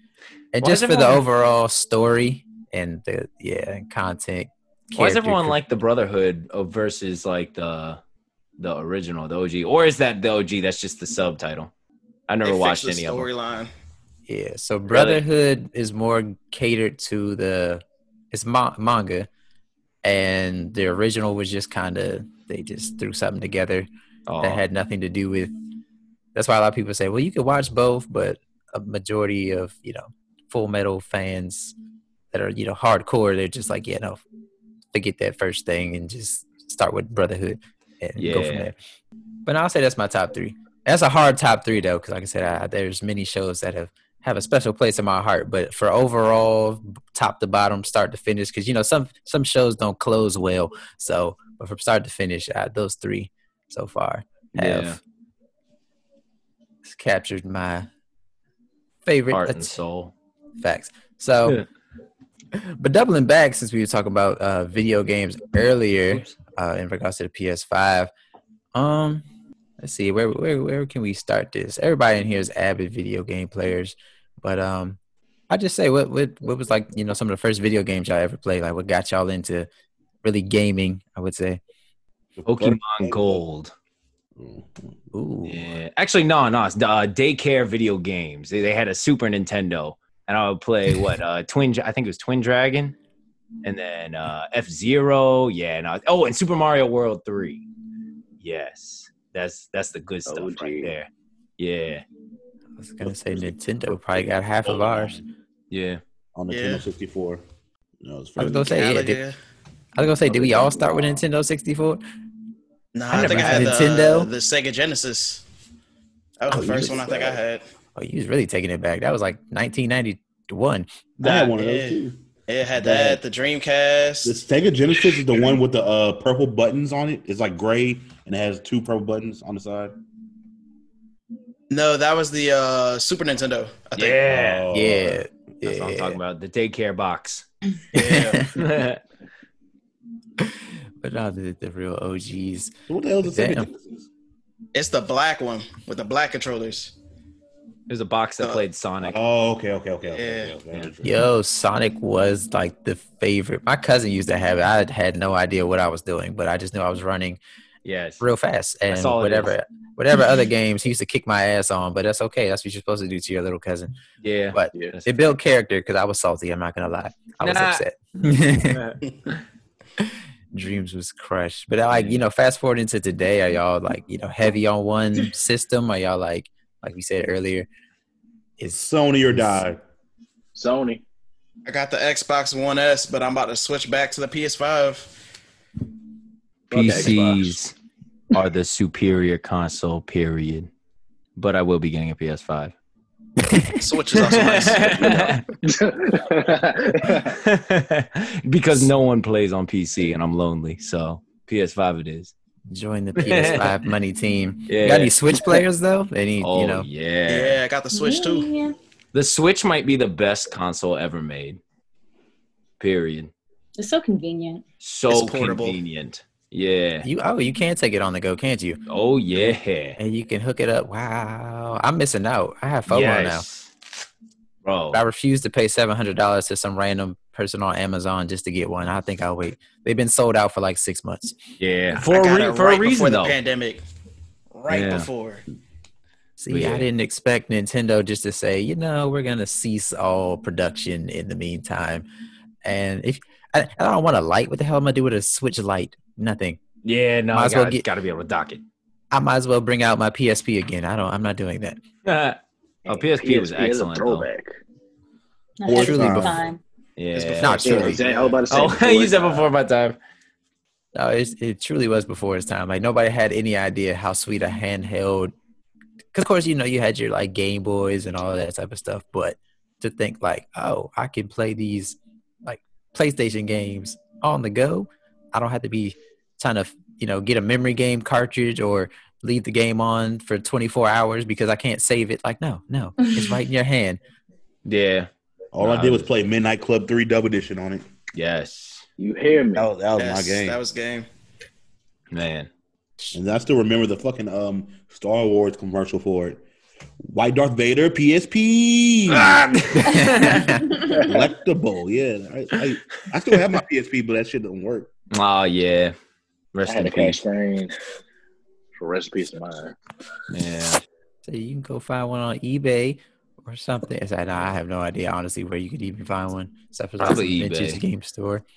Speaker 4: And
Speaker 3: Why
Speaker 4: just
Speaker 3: is
Speaker 4: for the
Speaker 3: everyone-
Speaker 4: overall story and the yeah and content.
Speaker 3: Why does
Speaker 4: character
Speaker 3: everyone
Speaker 4: cre-
Speaker 3: like the Brotherhood of- versus like the the original, the OG, or is that the OG? That's just the subtitle. I never
Speaker 8: They
Speaker 3: watched
Speaker 8: fixed
Speaker 3: any
Speaker 8: the
Speaker 3: of them.
Speaker 8: storyline.
Speaker 4: Yeah, so Brotherhood is more catered to the it's ma- manga, and the original was just kind of they just threw something together
Speaker 3: Oh.
Speaker 4: that had nothing to do with. That's why a lot of people say, well, you could watch both, but a majority of you know Full Metal fans that are you know hardcore, they're just like, yeah, no, forget that first thing and just start with Brotherhood and go from
Speaker 3: Yeah.
Speaker 4: there. But I'll say that's my top three. That's a hard top three though, because like I said, I, there's many shows that have have a special place in my heart. But for overall, top to bottom, start to finish, because you know some some shows don't close well. So, but from start to finish, uh, those three so far have
Speaker 3: Oh, Yeah.
Speaker 4: it's captured my favorite
Speaker 3: Heart and
Speaker 4: att-
Speaker 3: soul.
Speaker 4: facts. So, but doubling back since we were talking about uh, video games earlier
Speaker 3: Oops.
Speaker 4: uh, in regards to the PS5, um, let's see where where where can we start this? Everybody in here is avid video game players, but um, I just say what what what was like you know some of the first video games y'all ever played? Like what got y'all into really gaming? I would say.
Speaker 3: Pokemon Gold.
Speaker 5: Mm.
Speaker 4: Ooh,
Speaker 3: Yeah. Actually, no, no. It's the, uh, daycare video games. They, they had a Super Nintendo, and I would play what uh, Twin. I think it was Twin Dragon, and then uh, F Zero. Yeah. And I, oh, and Super Mario World Three. Yes, that's that's the good stuff right
Speaker 6: OG.
Speaker 3: there. Yeah.
Speaker 4: I was gonna say Nintendo probably got half of ours.
Speaker 3: Yeah.
Speaker 5: on the
Speaker 8: Yeah.
Speaker 5: Nintendo 64. No,
Speaker 4: I
Speaker 5: it's
Speaker 4: was
Speaker 5: first.
Speaker 4: gonna say yeah. did-
Speaker 8: Galaga.
Speaker 4: I was gonna say, did we all start with Nintendo 64?
Speaker 8: Nah,
Speaker 4: I
Speaker 8: I, think
Speaker 4: never
Speaker 8: I had
Speaker 4: had
Speaker 8: the,
Speaker 4: Nintendo.
Speaker 8: the Sega Genesis. That
Speaker 4: Oh,
Speaker 8: was
Speaker 4: you
Speaker 8: the first
Speaker 4: just
Speaker 8: one I think I had.
Speaker 4: Oh, you was really taking it back. That was like 1991.
Speaker 5: I had one of
Speaker 8: Yeah.
Speaker 5: those too.
Speaker 8: It had
Speaker 5: Yeah.
Speaker 8: that, the Dreamcast.
Speaker 5: The Sega Genesis is the one with the uh, purple buttons on it. It's like gray and it has two purple buttons on the side.
Speaker 8: no, that was the uh, Super Nintendo. I think.
Speaker 3: Yeah.
Speaker 5: Oh,
Speaker 4: yeah,
Speaker 3: That's what I'm talking about. The daycare box.
Speaker 8: Yeah.
Speaker 3: yeah.
Speaker 4: but no, the, the real OGs.
Speaker 5: What the hell is the Sega
Speaker 4: Damn.
Speaker 5: Genesis?
Speaker 8: It's the black one with the black controllers.
Speaker 3: There's a box that played Sonic.
Speaker 5: Oh, okay, okay, okay, okay. okay, okay, okay.
Speaker 4: Yo, Sonic was like the favorite. My cousin used to have it. I had no idea what I was doing, but I just knew I was running
Speaker 3: Yes.
Speaker 4: real fast and
Speaker 3: all it is.
Speaker 4: whatever, whatever other games he used to kick my ass on. But that's okay. That's what you're supposed to do to your little cousin.
Speaker 3: Yeah.
Speaker 4: But
Speaker 6: Yeah.
Speaker 3: That's-
Speaker 4: it built character because I was salty. I'm not gonna lie. I was
Speaker 3: Nah.
Speaker 4: upset. dreams was crushed. But uh, like you know, fast forward into today, are y'all like you know heavy on one system? Are y'all like like we said earlier, is
Speaker 5: Sony or die.
Speaker 6: Sony.
Speaker 8: I got the Xbox One S, but I'm about to switch back to the PS5.
Speaker 3: PCs are the superior console, period. But I will be getting a PS5.
Speaker 8: Switch is also nice.
Speaker 3: because no one plays on PC and I'm lonely. So PS5 it is.
Speaker 4: join the PS5 money team?
Speaker 3: Yeah.
Speaker 4: Got any Switch players though? Any
Speaker 3: oh,
Speaker 4: you know?
Speaker 3: yeah.
Speaker 8: Yeah, I got the Switch too.
Speaker 2: Yeah.
Speaker 3: The Switch might be the best console ever made. Period.
Speaker 2: It's so convenient.
Speaker 3: So
Speaker 8: It's portable.
Speaker 3: convenient. Yeah.
Speaker 4: You oh you can take it on the go, can't you?
Speaker 3: Oh yeah.
Speaker 4: And you can hook it up. Wow, I'm missing out. I have FOMO now.
Speaker 3: Bro.
Speaker 4: But I refuse to pay seven hundred dollars to some random person on Amazon just to get one. I think I'll wait. They've been sold out for like six months.
Speaker 3: Yeah.
Speaker 8: I
Speaker 3: For a,
Speaker 8: got
Speaker 3: re-
Speaker 8: it
Speaker 3: for
Speaker 8: right
Speaker 3: a reason
Speaker 8: before
Speaker 3: though.
Speaker 8: the pandemic. Right
Speaker 3: Yeah.
Speaker 8: before.
Speaker 4: See,
Speaker 3: Yeah.
Speaker 4: I didn't expect Nintendo just to say, you know, we're gonna cease all production in the meantime. And if I, I don't want a light, what the hell am I gonna do with a Switch light? Nothing.
Speaker 3: yeah, no,
Speaker 4: Might
Speaker 3: I
Speaker 4: as well
Speaker 3: gotta,
Speaker 4: get-
Speaker 3: gotta be able to dock it.
Speaker 4: I might as well bring out my PSP again. I don't. I'm not doing that.
Speaker 3: oh, PSP was
Speaker 6: is a
Speaker 3: excellent. though.
Speaker 6: throwback.
Speaker 2: Not
Speaker 5: Or
Speaker 2: every
Speaker 5: time.
Speaker 2: time.
Speaker 8: It's
Speaker 3: Yeah.
Speaker 8: before
Speaker 4: Not
Speaker 8: the
Speaker 4: true.
Speaker 6: Yeah,
Speaker 8: pandemic.
Speaker 6: exactly. I was about to say.
Speaker 3: oh, you said before my time.
Speaker 4: No, it's, it truly was before its time. Like nobody had any idea how sweet a handheld. Because of course, you know, you had your like Game Boys and all that type of stuff. But to think like, oh, I can play these like PlayStation games on the go. I don't have to be trying to you know get a memory game cartridge or leave the game on for 24 hours because I can't save it. Like, no, no, it's right in your hand.
Speaker 3: Yeah.
Speaker 5: All I did was play Midnight Club 3 Double Edition on it.
Speaker 3: Yes.
Speaker 6: You hear me?
Speaker 4: Oh,
Speaker 5: That was, that was my
Speaker 8: Yes,
Speaker 5: game.
Speaker 8: That was game.
Speaker 3: Man.
Speaker 5: And I still remember the fucking um Star Wars commercial for it. White Darth Vader PSP.
Speaker 3: Ah.
Speaker 5: Collectible, yeah. I, I, I still have my PSP, but that shit don't work.
Speaker 3: Oh yeah. Rest
Speaker 6: I had
Speaker 3: in
Speaker 6: to cash
Speaker 3: peace.
Speaker 6: frame for recipes of mine.
Speaker 3: Yeah.
Speaker 4: So you can go find one on eBay or something. It's like, I have no idea, honestly, where you could even find one. Except for like some
Speaker 3: Probably eBay.
Speaker 4: vintage game store.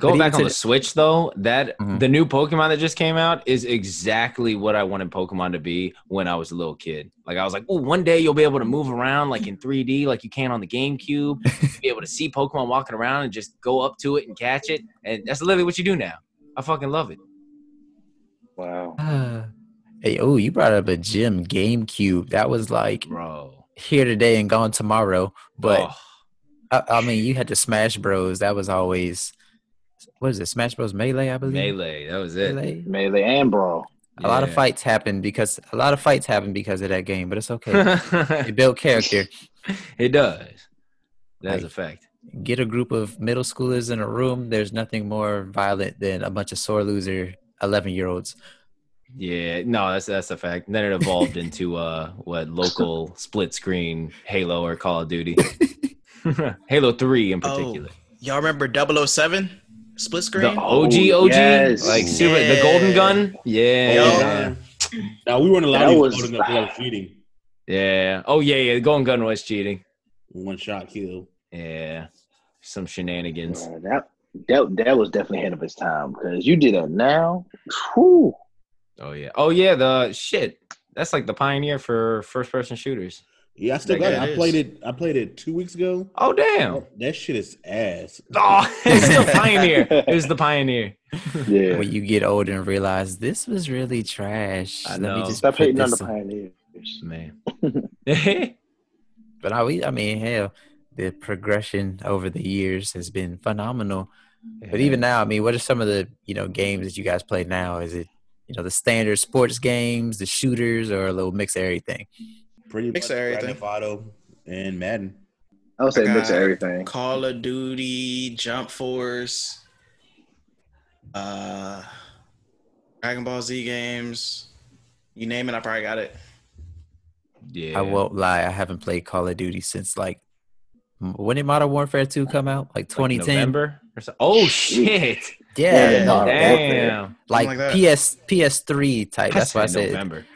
Speaker 3: Going
Speaker 4: But
Speaker 3: back
Speaker 4: even
Speaker 3: on the Mm-hmm.
Speaker 4: to-
Speaker 3: Switch though, that
Speaker 4: Mhm.
Speaker 3: the new Pokemon that just came out is exactly what I wanted Pokemon to be when I was a little kid. Like I was like, oh, one day you'll be able to move around like in 3D, like you can on the GameCube, be able to see Pokemon walking around and just go up to it and catch it. And that's literally what you do now. I fucking love it.
Speaker 6: Wow.
Speaker 4: Ah. hey, oh, you brought up a gym GameCube. That was like
Speaker 3: Bro.
Speaker 4: here today and gone tomorrow. But
Speaker 3: Oh,
Speaker 4: I, I mean, you had the Smash Bros. That was always what is it? Smash Bros. Melee, I believe.
Speaker 3: Oh, melee. That was it.
Speaker 4: Melee?
Speaker 6: Melee and Brawl.
Speaker 4: A lot of
Speaker 3: Yeah.
Speaker 4: fights happened because a lot of fights happened because of that game, but it's okay. it built character.
Speaker 3: it does. That's a
Speaker 4: Like-
Speaker 3: fact.
Speaker 4: Get a group of middle schoolers in a room. There's nothing more violent than a bunch of sore loser eleven year olds.
Speaker 3: Yeah, no, that's that's a fact. And then it evolved into uh what local split screen Halo or Call of Duty. Halo 3 in
Speaker 8: Oh,
Speaker 3: particular.
Speaker 8: Y'all remember 007? Split
Speaker 3: the
Speaker 8: screen?
Speaker 3: OG
Speaker 6: Oh,
Speaker 3: OG
Speaker 6: yes.
Speaker 3: like super the
Speaker 8: Yeah.
Speaker 3: golden gun. Yeah.
Speaker 8: Yo.
Speaker 3: Yeah.
Speaker 5: Now we weren't allowed
Speaker 6: That
Speaker 5: to
Speaker 6: was-
Speaker 5: was... up without cheating.
Speaker 3: Yeah. Oh yeah, yeah, the golden gun was cheating.
Speaker 5: One shot kill.
Speaker 3: Yeah. Some shenanigans.
Speaker 6: Uh, that, that that was definitely ahead of its time because you did that now. Whew.
Speaker 3: Oh yeah. Oh yeah, the shit. That's like the pioneer for first person shooters.
Speaker 5: Yeah, I still
Speaker 8: That
Speaker 5: got it.
Speaker 8: guy
Speaker 5: I
Speaker 8: is.
Speaker 5: played it. I played it two weeks ago.
Speaker 3: Oh damn.
Speaker 5: That shit is ass.
Speaker 3: Oh, it's the pioneer. It was the pioneer.
Speaker 6: Yeah.
Speaker 4: When you get older and realize this was really trash.
Speaker 3: I
Speaker 4: Let
Speaker 3: know.
Speaker 4: me just
Speaker 6: Stop
Speaker 4: put
Speaker 6: hating on
Speaker 4: this
Speaker 6: the pioneers.
Speaker 3: Man.
Speaker 4: But I, we, I mean, hell, the progression over the years has been phenomenal. But even now, I mean, what are some of the you know games that you guys play now? Is it you know the standard sports games, the shooters, or a little mix of everything?
Speaker 5: Pretty
Speaker 8: Mix
Speaker 5: much
Speaker 8: everything.
Speaker 5: Grand Theft Auto and Madden.
Speaker 6: I would say
Speaker 8: I
Speaker 6: mix of
Speaker 8: got-
Speaker 6: everything.
Speaker 8: Call of Duty, Jump Force, uh, Dragon Ball Z games. You name it, I probably got it.
Speaker 3: yeah.
Speaker 4: I won't lie, I haven't played Call of Duty since like m- when did Modern Warfare Two come out? Like
Speaker 3: Like
Speaker 4: 2010.
Speaker 3: November or so. Oh shit!
Speaker 4: Yeah,
Speaker 8: Yeah,
Speaker 4: no,
Speaker 6: Modern
Speaker 4: like,
Speaker 3: Damn,
Speaker 8: Something like that.
Speaker 4: PS PS3 type. That's why I
Speaker 3: said
Speaker 4: said
Speaker 3: November.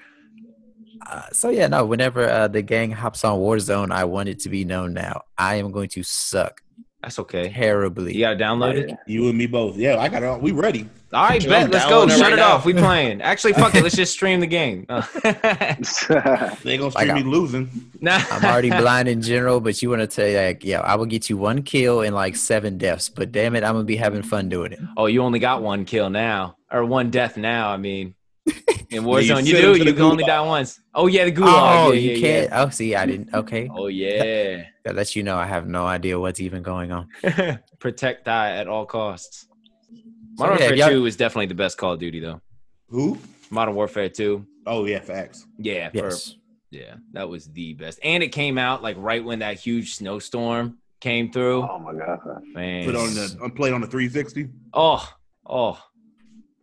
Speaker 4: Uh, so yeah, no. Whenever uh, the gang hops on Warzone, I want it to be known now. I am going to suck
Speaker 3: That's okay.
Speaker 4: terribly.
Speaker 3: You gotta download it.
Speaker 6: Yeah.
Speaker 5: You and me both. Yeah, I got it. all. We ready.
Speaker 3: All right,
Speaker 8: Dude,
Speaker 3: bet.
Speaker 8: I'm
Speaker 3: Let's go.
Speaker 8: downloading it
Speaker 3: Shut
Speaker 8: right
Speaker 3: it
Speaker 8: now.
Speaker 3: off. We playing. Actually, fuck it. Let's just stream the game. Uh,
Speaker 5: They gonna
Speaker 4: Like
Speaker 5: stream me
Speaker 4: I-
Speaker 5: losing.
Speaker 3: nah.
Speaker 4: I'm already blind in general, but you want to tell like, yeah, I will get you one kill and like seven deaths. But damn it, I'm gonna be having fun doing it.
Speaker 3: Oh, you only got one kill now, or one death now. I mean, in Warzone, you
Speaker 5: send him
Speaker 3: do.
Speaker 5: to the
Speaker 3: You can only
Speaker 5: gulag.
Speaker 3: die once. Oh yeah, the gulag.
Speaker 4: Oh,
Speaker 3: yeah,
Speaker 4: you
Speaker 3: yeah,
Speaker 4: can't. Oh, see, I didn't. Okay,
Speaker 3: yeah. Oh yeah.
Speaker 4: that lets you know I have no idea what's even going on.
Speaker 3: Protect die at all costs.
Speaker 4: So,
Speaker 3: Modern
Speaker 4: yeah,
Speaker 3: Warfare
Speaker 4: y'all-
Speaker 3: Two is definitely the best Call of Duty though.
Speaker 5: Who?
Speaker 3: Modern Warfare Two.
Speaker 5: Oh yeah, facts.
Speaker 3: Yeah. for-
Speaker 4: Yes,
Speaker 3: Yeah, that was the best. And it came out like right when that huge snowstorm came through.
Speaker 6: oh my god.
Speaker 3: Man.
Speaker 5: Put on the played on the 360.
Speaker 3: Oh, oh.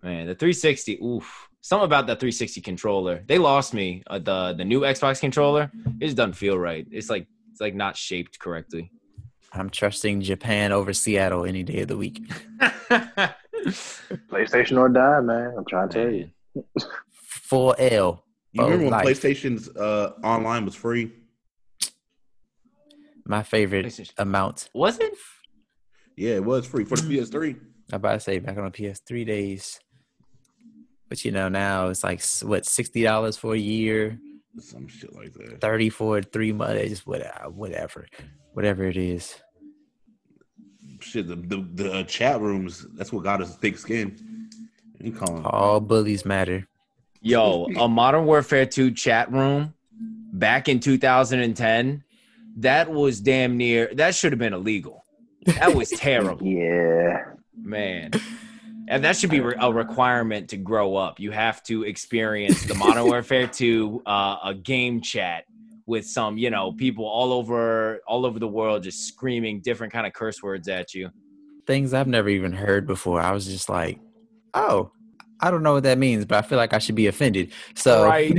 Speaker 3: Man, the 360. Oof. Something about that 360 controller. They lost me. Uh, the the new Xbox controller. It just doesn't feel right. It's like it's like not shaped correctly.
Speaker 4: I'm trusting Japan over Seattle any day of the week.
Speaker 6: PlayStation or die, man. I'm trying to tell you.
Speaker 3: Man.
Speaker 4: Full L.
Speaker 5: You
Speaker 4: Oh,
Speaker 5: remember when
Speaker 4: life.
Speaker 5: PlayStation's uh, online was free?
Speaker 4: My favorite amount.
Speaker 3: Was it?
Speaker 5: Yeah, it was free for the PS3.
Speaker 4: I about to say back on the PS3 days. But you know now it's like s- what sixty dollars for a year.
Speaker 5: Some shit like that.
Speaker 4: 34 three months just whatever whatever whatever it is
Speaker 5: Shit, the the, the uh, chat rooms. That's what got us thick skin. You calling?
Speaker 3: Oh.
Speaker 4: all bullies matter
Speaker 3: Yo, a Modern Warfare 2 chat room back in 2010, that was damn near, that should have been illegal. That was terrible,
Speaker 6: Yeah.
Speaker 3: man. And that should be re- a requirement to grow up. You have to experience the Modern Warfare 2 uh, a game chat with some, you know, people all over all over the world just screaming different kind of curse words at you.
Speaker 4: things i've never even heard before i was just like oh I don't know what that means, but I feel like I should be offended. So
Speaker 3: Right,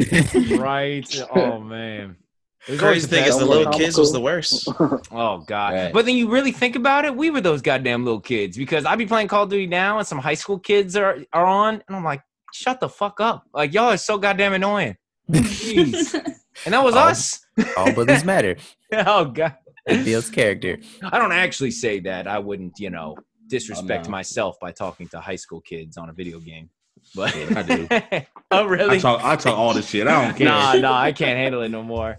Speaker 3: right. Oh man. It was always
Speaker 8: Crazy thing is,
Speaker 3: best.
Speaker 8: the
Speaker 6: Don't
Speaker 8: little
Speaker 6: look
Speaker 8: kids was the
Speaker 6: comical.
Speaker 8: worst.
Speaker 3: Oh god!
Speaker 9: Right.
Speaker 3: But then you really think about it, we were those goddamn little kids because I be playing Call of Duty now, and some high school kids are are on, and I'm like, shut the fuck up! Like y'all are so goddamn annoying. Jeez. and that was
Speaker 4: Oh.
Speaker 3: us.
Speaker 4: all bullies matter.
Speaker 3: oh god!
Speaker 4: It builds character.
Speaker 3: I don't actually say that. I wouldn't, you know, disrespect
Speaker 9: Oh, no.
Speaker 3: myself by talking to high school kids on a video game. But
Speaker 5: Yeah, I do.
Speaker 3: oh really?
Speaker 5: I talk, I talk all this shit. I don't care.
Speaker 3: Nah, nah, I can't handle it no more.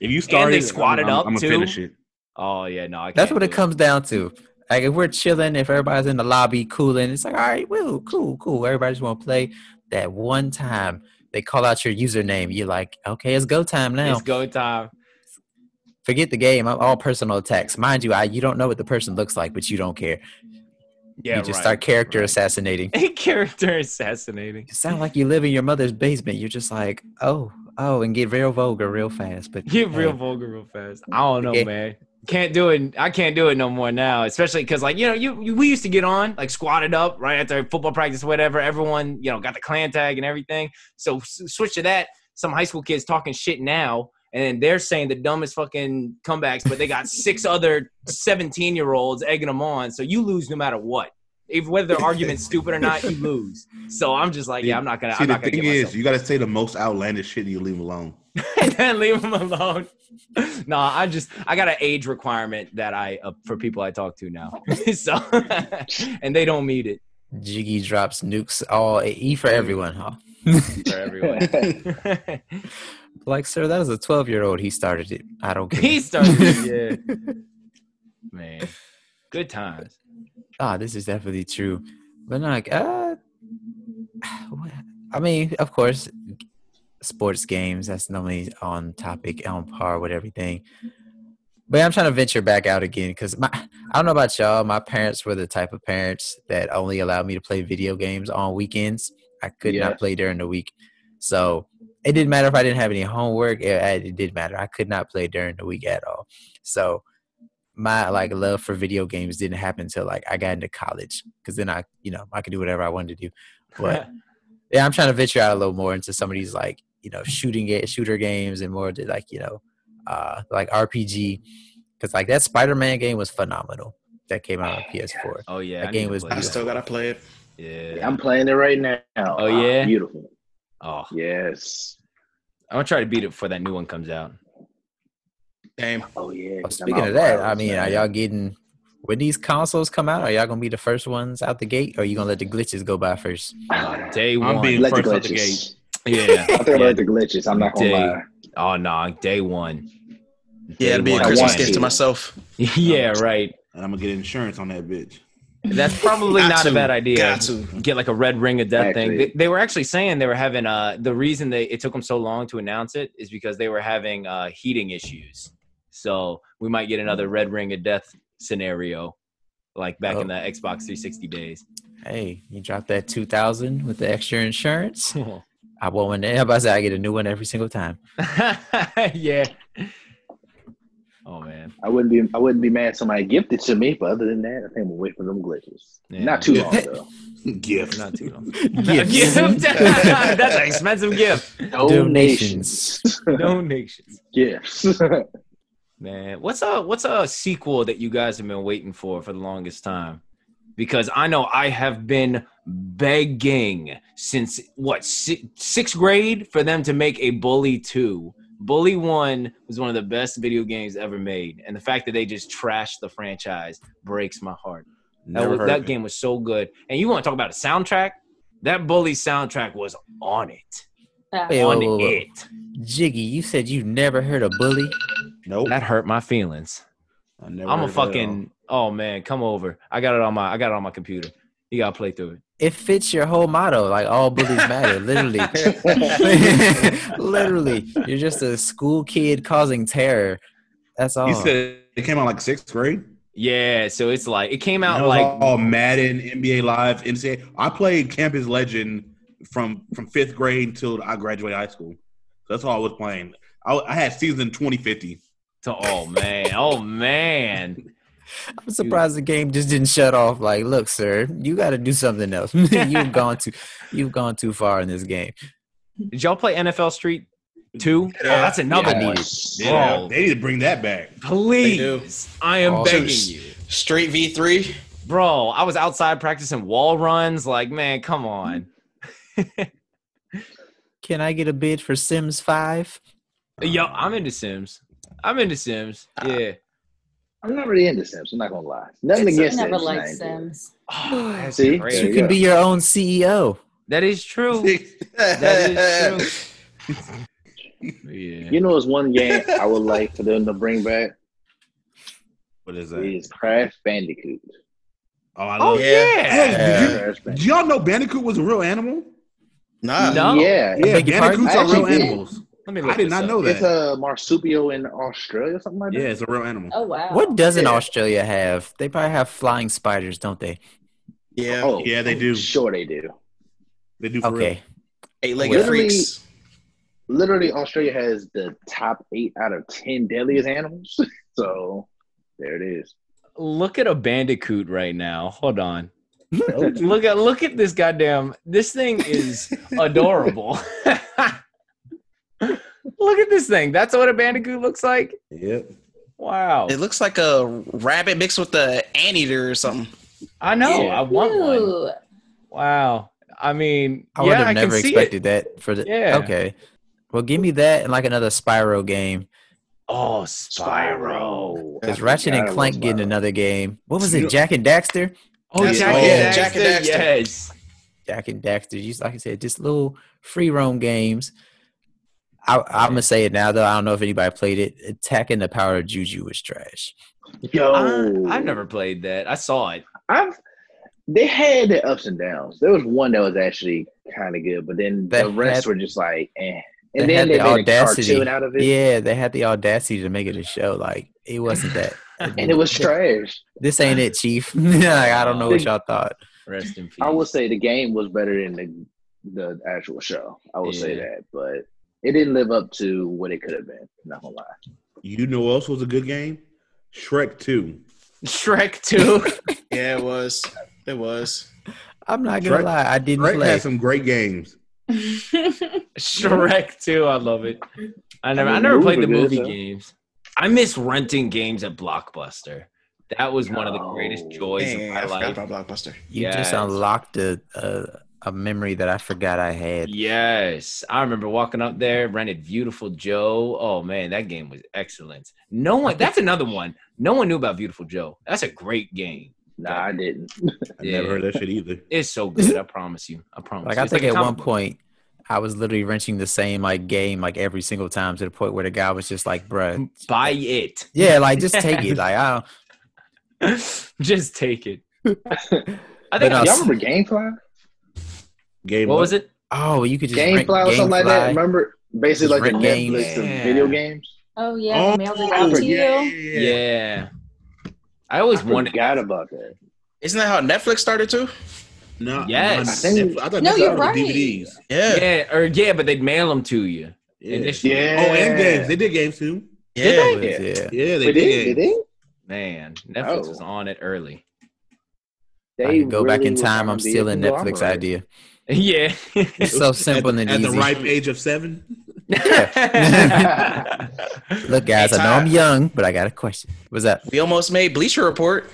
Speaker 5: If you started,
Speaker 3: they squatted
Speaker 5: I'm, I'm,
Speaker 3: up,
Speaker 5: I'm gonna
Speaker 3: too.
Speaker 5: finish it.
Speaker 3: Oh yeah, no, I can't
Speaker 4: That's what
Speaker 3: do
Speaker 4: it comes down to. Like if we're chilling, if everybody's in the lobby cooling, it's like, all right, woo, cool, cool. Everybody just want to play. That one time they call out your username, you're like, okay, it's go time now.
Speaker 3: It's go time.
Speaker 4: Forget the game. I'm all personal attacks. Mind you, I you don't know what the person looks like, but you don't care.
Speaker 3: Yeah,
Speaker 4: you just
Speaker 3: right.
Speaker 4: start character
Speaker 3: right.
Speaker 4: assassinating.
Speaker 3: character assassinating.
Speaker 4: You sound like you live in your mother's basement. You're just like, oh, oh, and get real vulgar real fast. But
Speaker 3: Get real
Speaker 4: hey,
Speaker 3: vulgar real fast. I don't know,
Speaker 4: Yeah.
Speaker 3: man. Can't do it. I can't do it no more now, especially because like you know you, you we used to get on like squatted up right after football practice, or whatever. Everyone you know got the clan tag and everything. So s- switch to that. Some high school kids talking shit now, and then they're saying the dumbest fucking comebacks, but they got six other seventeen year olds egging them on. So you lose no matter what. If whether their argument's stupid or not, you lose. So I'm just like, yeah, I'm not gonna.
Speaker 5: See,
Speaker 3: I'm
Speaker 5: the
Speaker 3: not gonna
Speaker 5: thing
Speaker 3: get myself
Speaker 5: is, you gotta say the most outlandish shit and you leave them alone.
Speaker 3: and then leave them alone. no, I just I got an age requirement that I uh, for people I talk to now, so and they don't meet it
Speaker 4: Jiggy drops nukes all E for everyone, huh?
Speaker 3: for everyone.
Speaker 4: Like, sir, that was a 12 year old. He started it. I don't care.
Speaker 3: he started, yeah, man. Good times.
Speaker 4: Ah, this is definitely true. But not like, uh, what- I mean, of course, sports games, that's normally on topic, on par with everything. But I'm trying to venture back out again because my, I don't know about y'all. My parents were the type of parents that only allowed me to play video games on weekends. I could
Speaker 9: Yeah.
Speaker 4: not play during the week. So it didn't matter if I didn't have any homework. It, it didn't matter. I could not play during the week at all. So my like love for video games didn't happen until like I got into college because then I you know I could do whatever I wanted to do. But yeah, I'm trying to venture out a little more into some of these like you know shooting ga- shooter games and more to like you know uh like RPG because like that Spider-Man game was phenomenal that came out on PS4.
Speaker 3: oh yeah,
Speaker 4: That
Speaker 3: I need
Speaker 4: game
Speaker 3: to
Speaker 4: was
Speaker 3: play
Speaker 8: I still gotta play it.
Speaker 3: Yeah.
Speaker 6: I'm playing it right now.
Speaker 3: Oh, yeah?
Speaker 6: beautiful.
Speaker 3: Oh, I'm
Speaker 6: Yes.
Speaker 3: gonna try to beat it before that new one comes out.
Speaker 8: Damn.
Speaker 6: Oh yeah.
Speaker 4: Well, speaking of that, I mean, are y'all getting when these consoles come out? Are y'all gonna be the first ones out the gate, or are you gonna let the glitches go by first?
Speaker 3: Uh, day one.
Speaker 5: I'm being
Speaker 6: Let the
Speaker 5: first out the gate.
Speaker 6: glitches.
Speaker 3: yeah.
Speaker 6: I think
Speaker 3: yeah.
Speaker 6: about the glitches. I'm not gonna
Speaker 3: Day-
Speaker 6: lie.
Speaker 3: Oh no, day one.
Speaker 8: Yeah, it'd be a
Speaker 3: one,
Speaker 8: Christmas
Speaker 6: I
Speaker 8: gift to
Speaker 6: see.
Speaker 8: myself.
Speaker 3: yeah, right.
Speaker 5: And I'm gonna get insurance on that bitch.
Speaker 3: That's probably
Speaker 8: Got
Speaker 3: not a
Speaker 8: to.
Speaker 3: bad idea.
Speaker 8: Got to.
Speaker 3: Get like a red ring of death thing.
Speaker 6: Actually-
Speaker 3: They, they were actually saying they were having uh the reason they it took them so long to announce it is because they were having uh heating issues. So we might get another red ring of death scenario, like back in the Xbox 360 days.
Speaker 4: Hey, you dropped that two thousand with the extra insurance.
Speaker 3: yeah,
Speaker 4: I want one. How about I say I get a new one every single time?
Speaker 3: Oh man,
Speaker 6: I wouldn't be I wouldn't be mad if somebody gifted to me, but other than that, I think I'm gonna wait for them glitches.
Speaker 3: Yeah.
Speaker 6: Not too long though.
Speaker 5: Gift.
Speaker 3: not too long.
Speaker 4: Gifts.
Speaker 3: Gift. That's an expensive gift.
Speaker 4: Donations.
Speaker 3: No nations.
Speaker 6: Gifts.
Speaker 3: Man, what's a what's a sequel that you guys have been waiting for for the longest time? Because I know I have been begging since what si- sixth grade for them to make a Bully Two. Bully One was one of the best video games ever made, and the fact that they just trashed the franchise breaks my heart. That,
Speaker 5: Never
Speaker 3: was,
Speaker 5: heard
Speaker 3: that
Speaker 5: of it.
Speaker 3: game was so good, and you want to talk about a soundtrack? That Bully soundtrack was on it,
Speaker 4: Hey,
Speaker 3: on
Speaker 4: whoa, whoa, whoa.
Speaker 3: it.
Speaker 4: Jiggy, you said you never heard of bully.
Speaker 5: Nope.
Speaker 3: That hurt my feelings.
Speaker 5: I never
Speaker 3: I'm
Speaker 5: heard
Speaker 3: a
Speaker 5: of that at
Speaker 3: fucking oh man, come over. I got it on my I got it on my computer. You gotta play through it.
Speaker 4: It fits your whole motto, like all bullies matter, literally. literally, you're just a school kid causing terror. That's
Speaker 5: all.
Speaker 4: all.
Speaker 3: uh,
Speaker 5: You said it came out like sixth grade.
Speaker 3: Yeah, so it's like it came out
Speaker 5: That was
Speaker 3: like
Speaker 5: all, all Madden, NBA Live, NCAA. I played Campus Legend from from fifth grade until I graduated high school. So that's all I was playing. I, I had season twenty fifty.
Speaker 3: to, oh man, oh man.
Speaker 4: I'm surprised the game just didn't shut off. Like, look, sir, you got to do something else. you've gone too, you've gone too far in this game.
Speaker 3: Did y'all play NFL Street Two?
Speaker 5: Yeah.
Speaker 3: Oh, that's another
Speaker 4: Yeah.
Speaker 3: one.
Speaker 5: Yeah,
Speaker 3: Bro,
Speaker 5: they need to bring that back.
Speaker 8: do.
Speaker 3: please, I am
Speaker 4: Oh.
Speaker 3: begging
Speaker 8: Shoot.
Speaker 3: you,
Speaker 8: Street V three.
Speaker 3: bro. I was outside practicing wall runs. Like, man, come on.
Speaker 4: Can I get a bid for Sims Five?
Speaker 8: Uh,
Speaker 3: Yo, I'm into Sims. I'm into Sims. Yeah.
Speaker 6: I'm not really into Sims. I'm not gonna lie. Nothing
Speaker 2: I
Speaker 6: against
Speaker 2: never
Speaker 6: Sims.
Speaker 2: liked
Speaker 6: I ain't
Speaker 2: Sims.
Speaker 3: Oh, that's
Speaker 6: See?
Speaker 3: great.
Speaker 6: There
Speaker 4: You
Speaker 6: you
Speaker 4: can
Speaker 6: go.
Speaker 4: be your own E CEO.
Speaker 3: That is true. That
Speaker 8: that
Speaker 3: is true.
Speaker 6: do
Speaker 3: Yeah.
Speaker 6: it. You know, it's one game I would like for them to bring back
Speaker 5: What is that?
Speaker 6: is Crash Bandicoot.
Speaker 5: Oh, I
Speaker 3: Oh
Speaker 5: love it.
Speaker 3: yeah.
Speaker 5: Hey,
Speaker 6: Crash
Speaker 5: did,
Speaker 6: Bandicoot.
Speaker 5: you, do y'all know Bandicoot was a real animal?
Speaker 8: Nah.
Speaker 1: Oh.
Speaker 3: No.
Speaker 6: Yeah,
Speaker 5: Yeah,
Speaker 4: beg your pardon?
Speaker 5: bandicoots
Speaker 6: I
Speaker 5: are real
Speaker 6: actually did.
Speaker 5: animals.
Speaker 3: Let me
Speaker 5: I did not know
Speaker 6: it's
Speaker 5: that.
Speaker 6: a marsupial in Australia or something like that.
Speaker 5: Yeah, it's a real animal.
Speaker 2: Oh wow.
Speaker 4: What doesn't
Speaker 6: Yeah.
Speaker 4: Australia have? They probably have flying spiders, don't they?
Speaker 8: Yeah.
Speaker 6: Oh,
Speaker 5: Yeah, they do.
Speaker 6: Sure, they do.
Speaker 5: They do for
Speaker 4: Okay.
Speaker 8: Eight legged
Speaker 6: Literally-
Speaker 8: freaks.
Speaker 6: Literally, Australia has the top eight out of ten deadliest animals. So there it is.
Speaker 3: Look at a bandicoot right now. Hold on. look at look at this goddamn. This thing is adorable. look at this thing. That's what a bandicoot looks like.
Speaker 5: real. Yep.
Speaker 3: Wow.
Speaker 8: It looks like a rabbit mixed with the anteater or something.
Speaker 3: I know. I
Speaker 6: Yeah.
Speaker 3: want one.
Speaker 2: Ew.
Speaker 3: Wow. I mean,
Speaker 4: I would
Speaker 3: yeah,
Speaker 4: have
Speaker 3: I can
Speaker 4: never
Speaker 3: see
Speaker 4: expected
Speaker 3: it.
Speaker 4: that for the.
Speaker 3: Yeah.
Speaker 4: Okay. Well, give me that and like another Spyro game.
Speaker 3: Oh, Spyro.
Speaker 4: Because Ratchet
Speaker 6: Yeah, I
Speaker 4: and
Speaker 6: love
Speaker 4: Clank getting
Speaker 6: Spyro.
Speaker 4: another game. What was
Speaker 5: You-
Speaker 4: it? Jack and Daxter.
Speaker 3: Oh,
Speaker 8: That's-
Speaker 3: Jack,
Speaker 8: oh,
Speaker 3: and Daxter,
Speaker 8: Jack and Daxter.
Speaker 3: Yes.
Speaker 4: Jack and Daxter. Just like I said, just little free roam games. I, I'm gonna say it now though. I don't know if anybody played it. Attacking the Power of Juju was trash.
Speaker 6: Yo,
Speaker 3: I, I've never played that. I saw it.
Speaker 6: I've they had their ups and downs. There was one that was actually kind of good, but then
Speaker 4: That
Speaker 6: the rest
Speaker 4: had-
Speaker 6: were just like, eh.
Speaker 4: that
Speaker 6: And
Speaker 4: had
Speaker 6: then they
Speaker 4: the
Speaker 6: made
Speaker 4: audacity.
Speaker 6: a cartoon out of it,
Speaker 4: Yeah, they had the audacity to make it a show. Like it wasn't that.
Speaker 6: and it was trash.
Speaker 4: This ain't it, Chief. like, I don't know what y'all thought.
Speaker 3: Rest in peace.
Speaker 6: I will say the game was better than the the actual show. I will say
Speaker 3: Yeah.
Speaker 6: that, but it didn't live up to what it could have been. Not gonna lie.
Speaker 5: You know what else was a good game? Shrek 2.
Speaker 3: Shrek 2.
Speaker 8: Yeah, it was. It was.
Speaker 4: I'm not gonna
Speaker 5: Shrek-
Speaker 4: lie. I didn't
Speaker 5: Shrek
Speaker 4: play.
Speaker 5: had some great games.
Speaker 3: Shrek 2. I love it. I never
Speaker 6: mean,
Speaker 3: I never
Speaker 6: movies
Speaker 3: played
Speaker 6: are
Speaker 3: the
Speaker 6: good,
Speaker 3: movie
Speaker 6: though.
Speaker 3: games. I miss renting games at Blockbuster. That was one of the greatest
Speaker 6: No.
Speaker 3: joys of
Speaker 8: Dang,
Speaker 3: my
Speaker 8: I forgot
Speaker 3: life.
Speaker 8: about Blockbuster.
Speaker 4: you
Speaker 3: Yes.
Speaker 4: just unlocked a, a a memory that I forgot I had.
Speaker 3: Yes. I remember walking up there, rented Beautiful Joe. Oh man, that game was excellent. No one that's another one. No one knew about Beautiful Joe. That's a great game.
Speaker 6: Nah, I didn't.
Speaker 5: I
Speaker 3: Yeah.
Speaker 5: never heard that shit either.
Speaker 3: It's so good, I promise you. I promise.
Speaker 4: Like
Speaker 3: you.
Speaker 4: I
Speaker 3: It's
Speaker 4: think
Speaker 3: a
Speaker 4: at
Speaker 3: comic
Speaker 4: one
Speaker 3: book.
Speaker 4: point I was literally wrenching the same like game like every single time to the point where the guy was just like, "Bruh,
Speaker 3: buy it.
Speaker 4: yeah, like just take it." Like I don't.
Speaker 3: Just take it. I
Speaker 4: But,
Speaker 3: think
Speaker 4: uh,
Speaker 6: Y'all remember GameFly?
Speaker 5: Game
Speaker 3: what was it?
Speaker 4: Oh, you could just
Speaker 6: GameFly
Speaker 4: rent,
Speaker 6: or something like that.
Speaker 4: Gamefly.
Speaker 6: Remember basically
Speaker 4: Just
Speaker 6: like the
Speaker 4: rent games.
Speaker 6: Netflix of
Speaker 3: Yeah.
Speaker 6: video games?
Speaker 2: Oh yeah, they mailed it out to
Speaker 5: yeah,
Speaker 2: you.
Speaker 5: yeah,
Speaker 3: Yeah.
Speaker 5: yeah.
Speaker 3: I always
Speaker 6: I
Speaker 3: wanted
Speaker 6: forgot about that.
Speaker 8: Isn't that how Netflix started too?
Speaker 5: No,
Speaker 3: Yes.
Speaker 5: no, I think- I thought
Speaker 2: No,
Speaker 5: that
Speaker 2: you're
Speaker 5: was
Speaker 2: right.
Speaker 5: DVDs.
Speaker 8: Yeah. Yeah.
Speaker 3: Yeah, or yeah, but they'd mail them to you.
Speaker 5: Yeah.
Speaker 3: Initially.
Speaker 6: Yeah.
Speaker 5: Oh, and games. They did games too.
Speaker 3: Did
Speaker 4: Yeah. yeah.
Speaker 5: Yeah, they
Speaker 6: They
Speaker 5: did.
Speaker 6: did. They
Speaker 5: games.
Speaker 6: did.
Speaker 3: Man, Netflix
Speaker 6: Oh.
Speaker 3: was on it early.
Speaker 6: They
Speaker 4: I can go back
Speaker 6: really
Speaker 4: in
Speaker 6: was
Speaker 4: time.
Speaker 6: trying
Speaker 4: I'm
Speaker 6: to be
Speaker 4: still
Speaker 6: a
Speaker 4: in Netflix
Speaker 6: conglomerate.
Speaker 4: idea.
Speaker 3: Yeah.
Speaker 4: It's so
Speaker 5: At the-
Speaker 4: simple and
Speaker 5: At the
Speaker 4: easy.
Speaker 5: ripe age of seven.
Speaker 4: Look, guys, I know I'm young, but I got a question. What's up?
Speaker 8: We almost made Bleacher Report.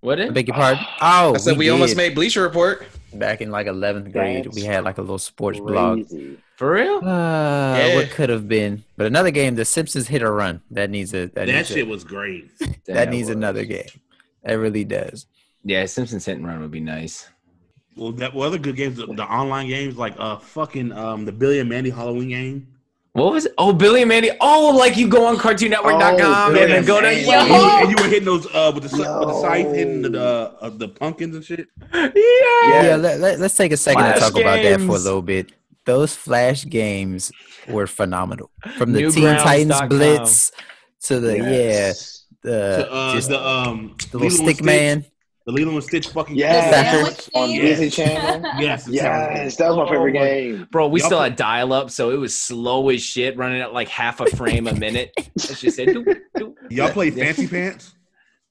Speaker 3: what
Speaker 4: I
Speaker 3: it?
Speaker 4: beg your pardon. Oh,
Speaker 8: I said we,
Speaker 4: did.
Speaker 8: almost made Bleacher Report.
Speaker 4: back in like 11th grade. we
Speaker 6: That's
Speaker 4: had like a little sports blog.
Speaker 6: Crazy.
Speaker 3: For real?
Speaker 4: Uh,
Speaker 8: Yeah.
Speaker 4: what could have been? But another game, The Simpsons Hit or Run. That needs a that,
Speaker 5: That,
Speaker 4: needs, a-
Speaker 5: shit was great.
Speaker 4: that needs
Speaker 3: was-
Speaker 4: another game. It really does.
Speaker 3: Yeah, Simpsons Hit and Run would be nice.
Speaker 5: Well, that well, other good games, the, the online games like uh fucking um the Billy and Mandy Halloween game.
Speaker 3: What was it? Oh, Billy and Mandy. Oh, like you go on
Speaker 6: Oh,
Speaker 3: cartoonnetwork.com
Speaker 6: Billy
Speaker 3: and then
Speaker 6: and
Speaker 3: go to
Speaker 6: Mandy.
Speaker 5: And you, were-
Speaker 3: yo.
Speaker 5: and you were hitting those uh with the sci- with the
Speaker 6: Yo.
Speaker 5: scythe hitting the uh, uh, the pumpkins and shit.
Speaker 3: Yeah.
Speaker 4: Yeah, let, let, us take a second
Speaker 3: Flash
Speaker 4: to talk about that for a
Speaker 3: games.
Speaker 4: little bit. Those flash games were phenomenal. From the Teen
Speaker 3: Newgrounds.com.
Speaker 4: Titans Blitz to the
Speaker 6: Yes.
Speaker 4: yeah, the
Speaker 5: To, uh,
Speaker 4: just
Speaker 5: the um
Speaker 4: the little
Speaker 5: Lilo and
Speaker 4: stick man.
Speaker 5: the Lilo and Stitch fucking
Speaker 6: Yes.
Speaker 4: The
Speaker 2: sandwich
Speaker 6: On
Speaker 2: game?
Speaker 6: Disney Channel.
Speaker 5: yes, the sandwich game.
Speaker 6: Yes, that was my favorite
Speaker 5: Oh my-
Speaker 6: game.
Speaker 3: Bro, we
Speaker 5: Y'all
Speaker 3: still
Speaker 5: put-
Speaker 3: had dial up, so it was slow as shit, running at like half a frame a minute. It's just said, doop, doop.
Speaker 5: Y'all play
Speaker 3: Yeah.
Speaker 5: Fancy Pants?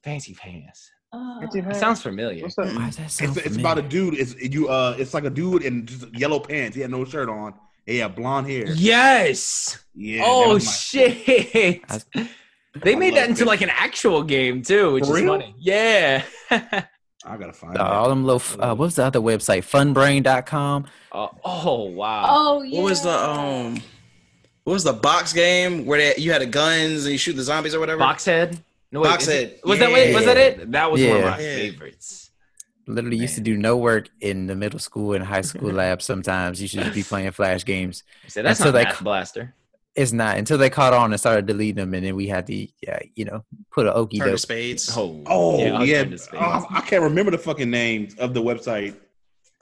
Speaker 3: Fancy pants.
Speaker 2: Oh.
Speaker 3: That sounds familiar.
Speaker 6: What's up?
Speaker 4: Why does that sound
Speaker 5: It's, it's
Speaker 4: familiar?
Speaker 5: about a dude. It's you. Uh, it's like a dude in just yellow pants. He had no shirt on. He had blonde hair.
Speaker 3: Yes.
Speaker 5: Yeah, that
Speaker 3: oh
Speaker 5: was my-
Speaker 3: shit.
Speaker 4: I-
Speaker 3: They
Speaker 5: I
Speaker 3: made
Speaker 5: love
Speaker 3: that into
Speaker 5: this.
Speaker 3: like an actual game too, which
Speaker 5: For
Speaker 3: is
Speaker 5: real?
Speaker 3: funny. Yeah.
Speaker 5: I gotta find.
Speaker 4: Uh, all them little. f- Uh, what was the other website? Funbrain.com.
Speaker 3: oh, oh, wow.
Speaker 2: Oh yeah.
Speaker 8: What was the um? What was the box game where they, you had the guns and you shoot the zombies or whatever?
Speaker 3: Boxhead. No wait, is it-
Speaker 8: Boxhead.
Speaker 3: Was that wait, was that it? That was one of
Speaker 4: Yeah.
Speaker 3: my
Speaker 8: Yeah.
Speaker 3: favorites.
Speaker 4: Literally used to do no work in the middle school and high school lab. Sometimes you should just be playing flash games.
Speaker 3: So that's
Speaker 4: Until
Speaker 3: not
Speaker 4: they
Speaker 3: Math
Speaker 4: c-
Speaker 3: Blaster.
Speaker 4: It's not until they caught on and started deleting them, and then we had to, yeah, you know, put an okey
Speaker 8: Turn
Speaker 4: doke.
Speaker 8: of spades.
Speaker 3: Oh, I
Speaker 5: Oh yeah,
Speaker 3: was trying to space.
Speaker 5: Oh, I can't remember the fucking names of the website.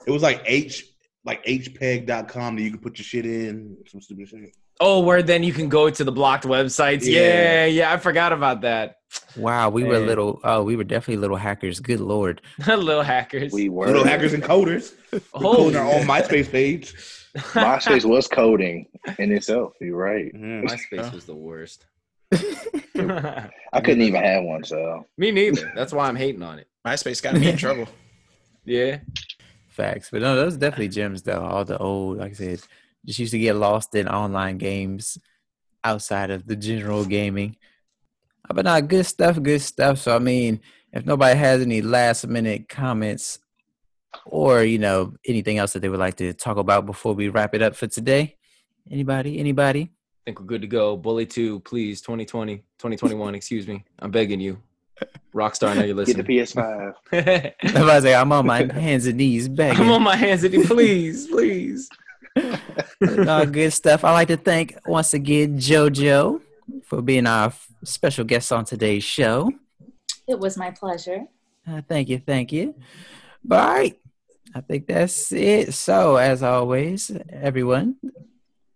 Speaker 5: It was like h E like hpeg.com that you could put your shit in some stupid shit.
Speaker 3: Oh, where then you can go to the blocked websites. Yeah, yeah,
Speaker 5: Yeah.
Speaker 3: I forgot about that.
Speaker 4: Wow, we were
Speaker 3: Man.
Speaker 4: little. Oh, we were definitely little hackers. Good lord.
Speaker 3: Little hackers.
Speaker 6: We were
Speaker 5: Little hackers and coders.
Speaker 3: oh,
Speaker 5: Coding our own MySpace page.
Speaker 6: MySpace was coding in itself. You're right.
Speaker 3: Mm, MySpace was the worst.
Speaker 6: I couldn't even have one, so
Speaker 3: Me neither. That's why I'm hating on it.
Speaker 8: MySpace got me in trouble.
Speaker 3: Yeah.
Speaker 4: Facts, but no, those definitely gems though. All the old, like I said, just used to get lost in online games outside of the general gaming. Uh, But not good stuff, good stuff. So I mean, if nobody has any last minute comments or you know anything else that they would like to talk about before we wrap it up for today, anybody, anybody?
Speaker 3: think we're good to go. Bully 2, please, 2020, 2021, excuse me. I'm begging you. Rockstar, I know you're
Speaker 6: get the
Speaker 3: listening.
Speaker 6: PS5.
Speaker 4: If I say I'm on my hands and knees begging.
Speaker 3: I'm on my hands at you. Please, please.
Speaker 4: no, good stuff. I'd like to thank once again JoJo for being our f- special guest on today's show.
Speaker 2: It was my pleasure.
Speaker 4: Uh, thank you, thank you. But all right, I think that's it. So, as always, everyone,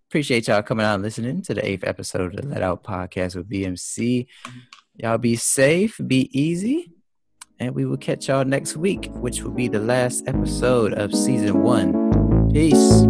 Speaker 4: appreciate y'all coming out and listening to the eighth episode of the Let Out Podcast with BMC. Y'all be safe, be easy, and we will catch y'all next week, which will be the last episode of season one. Peace.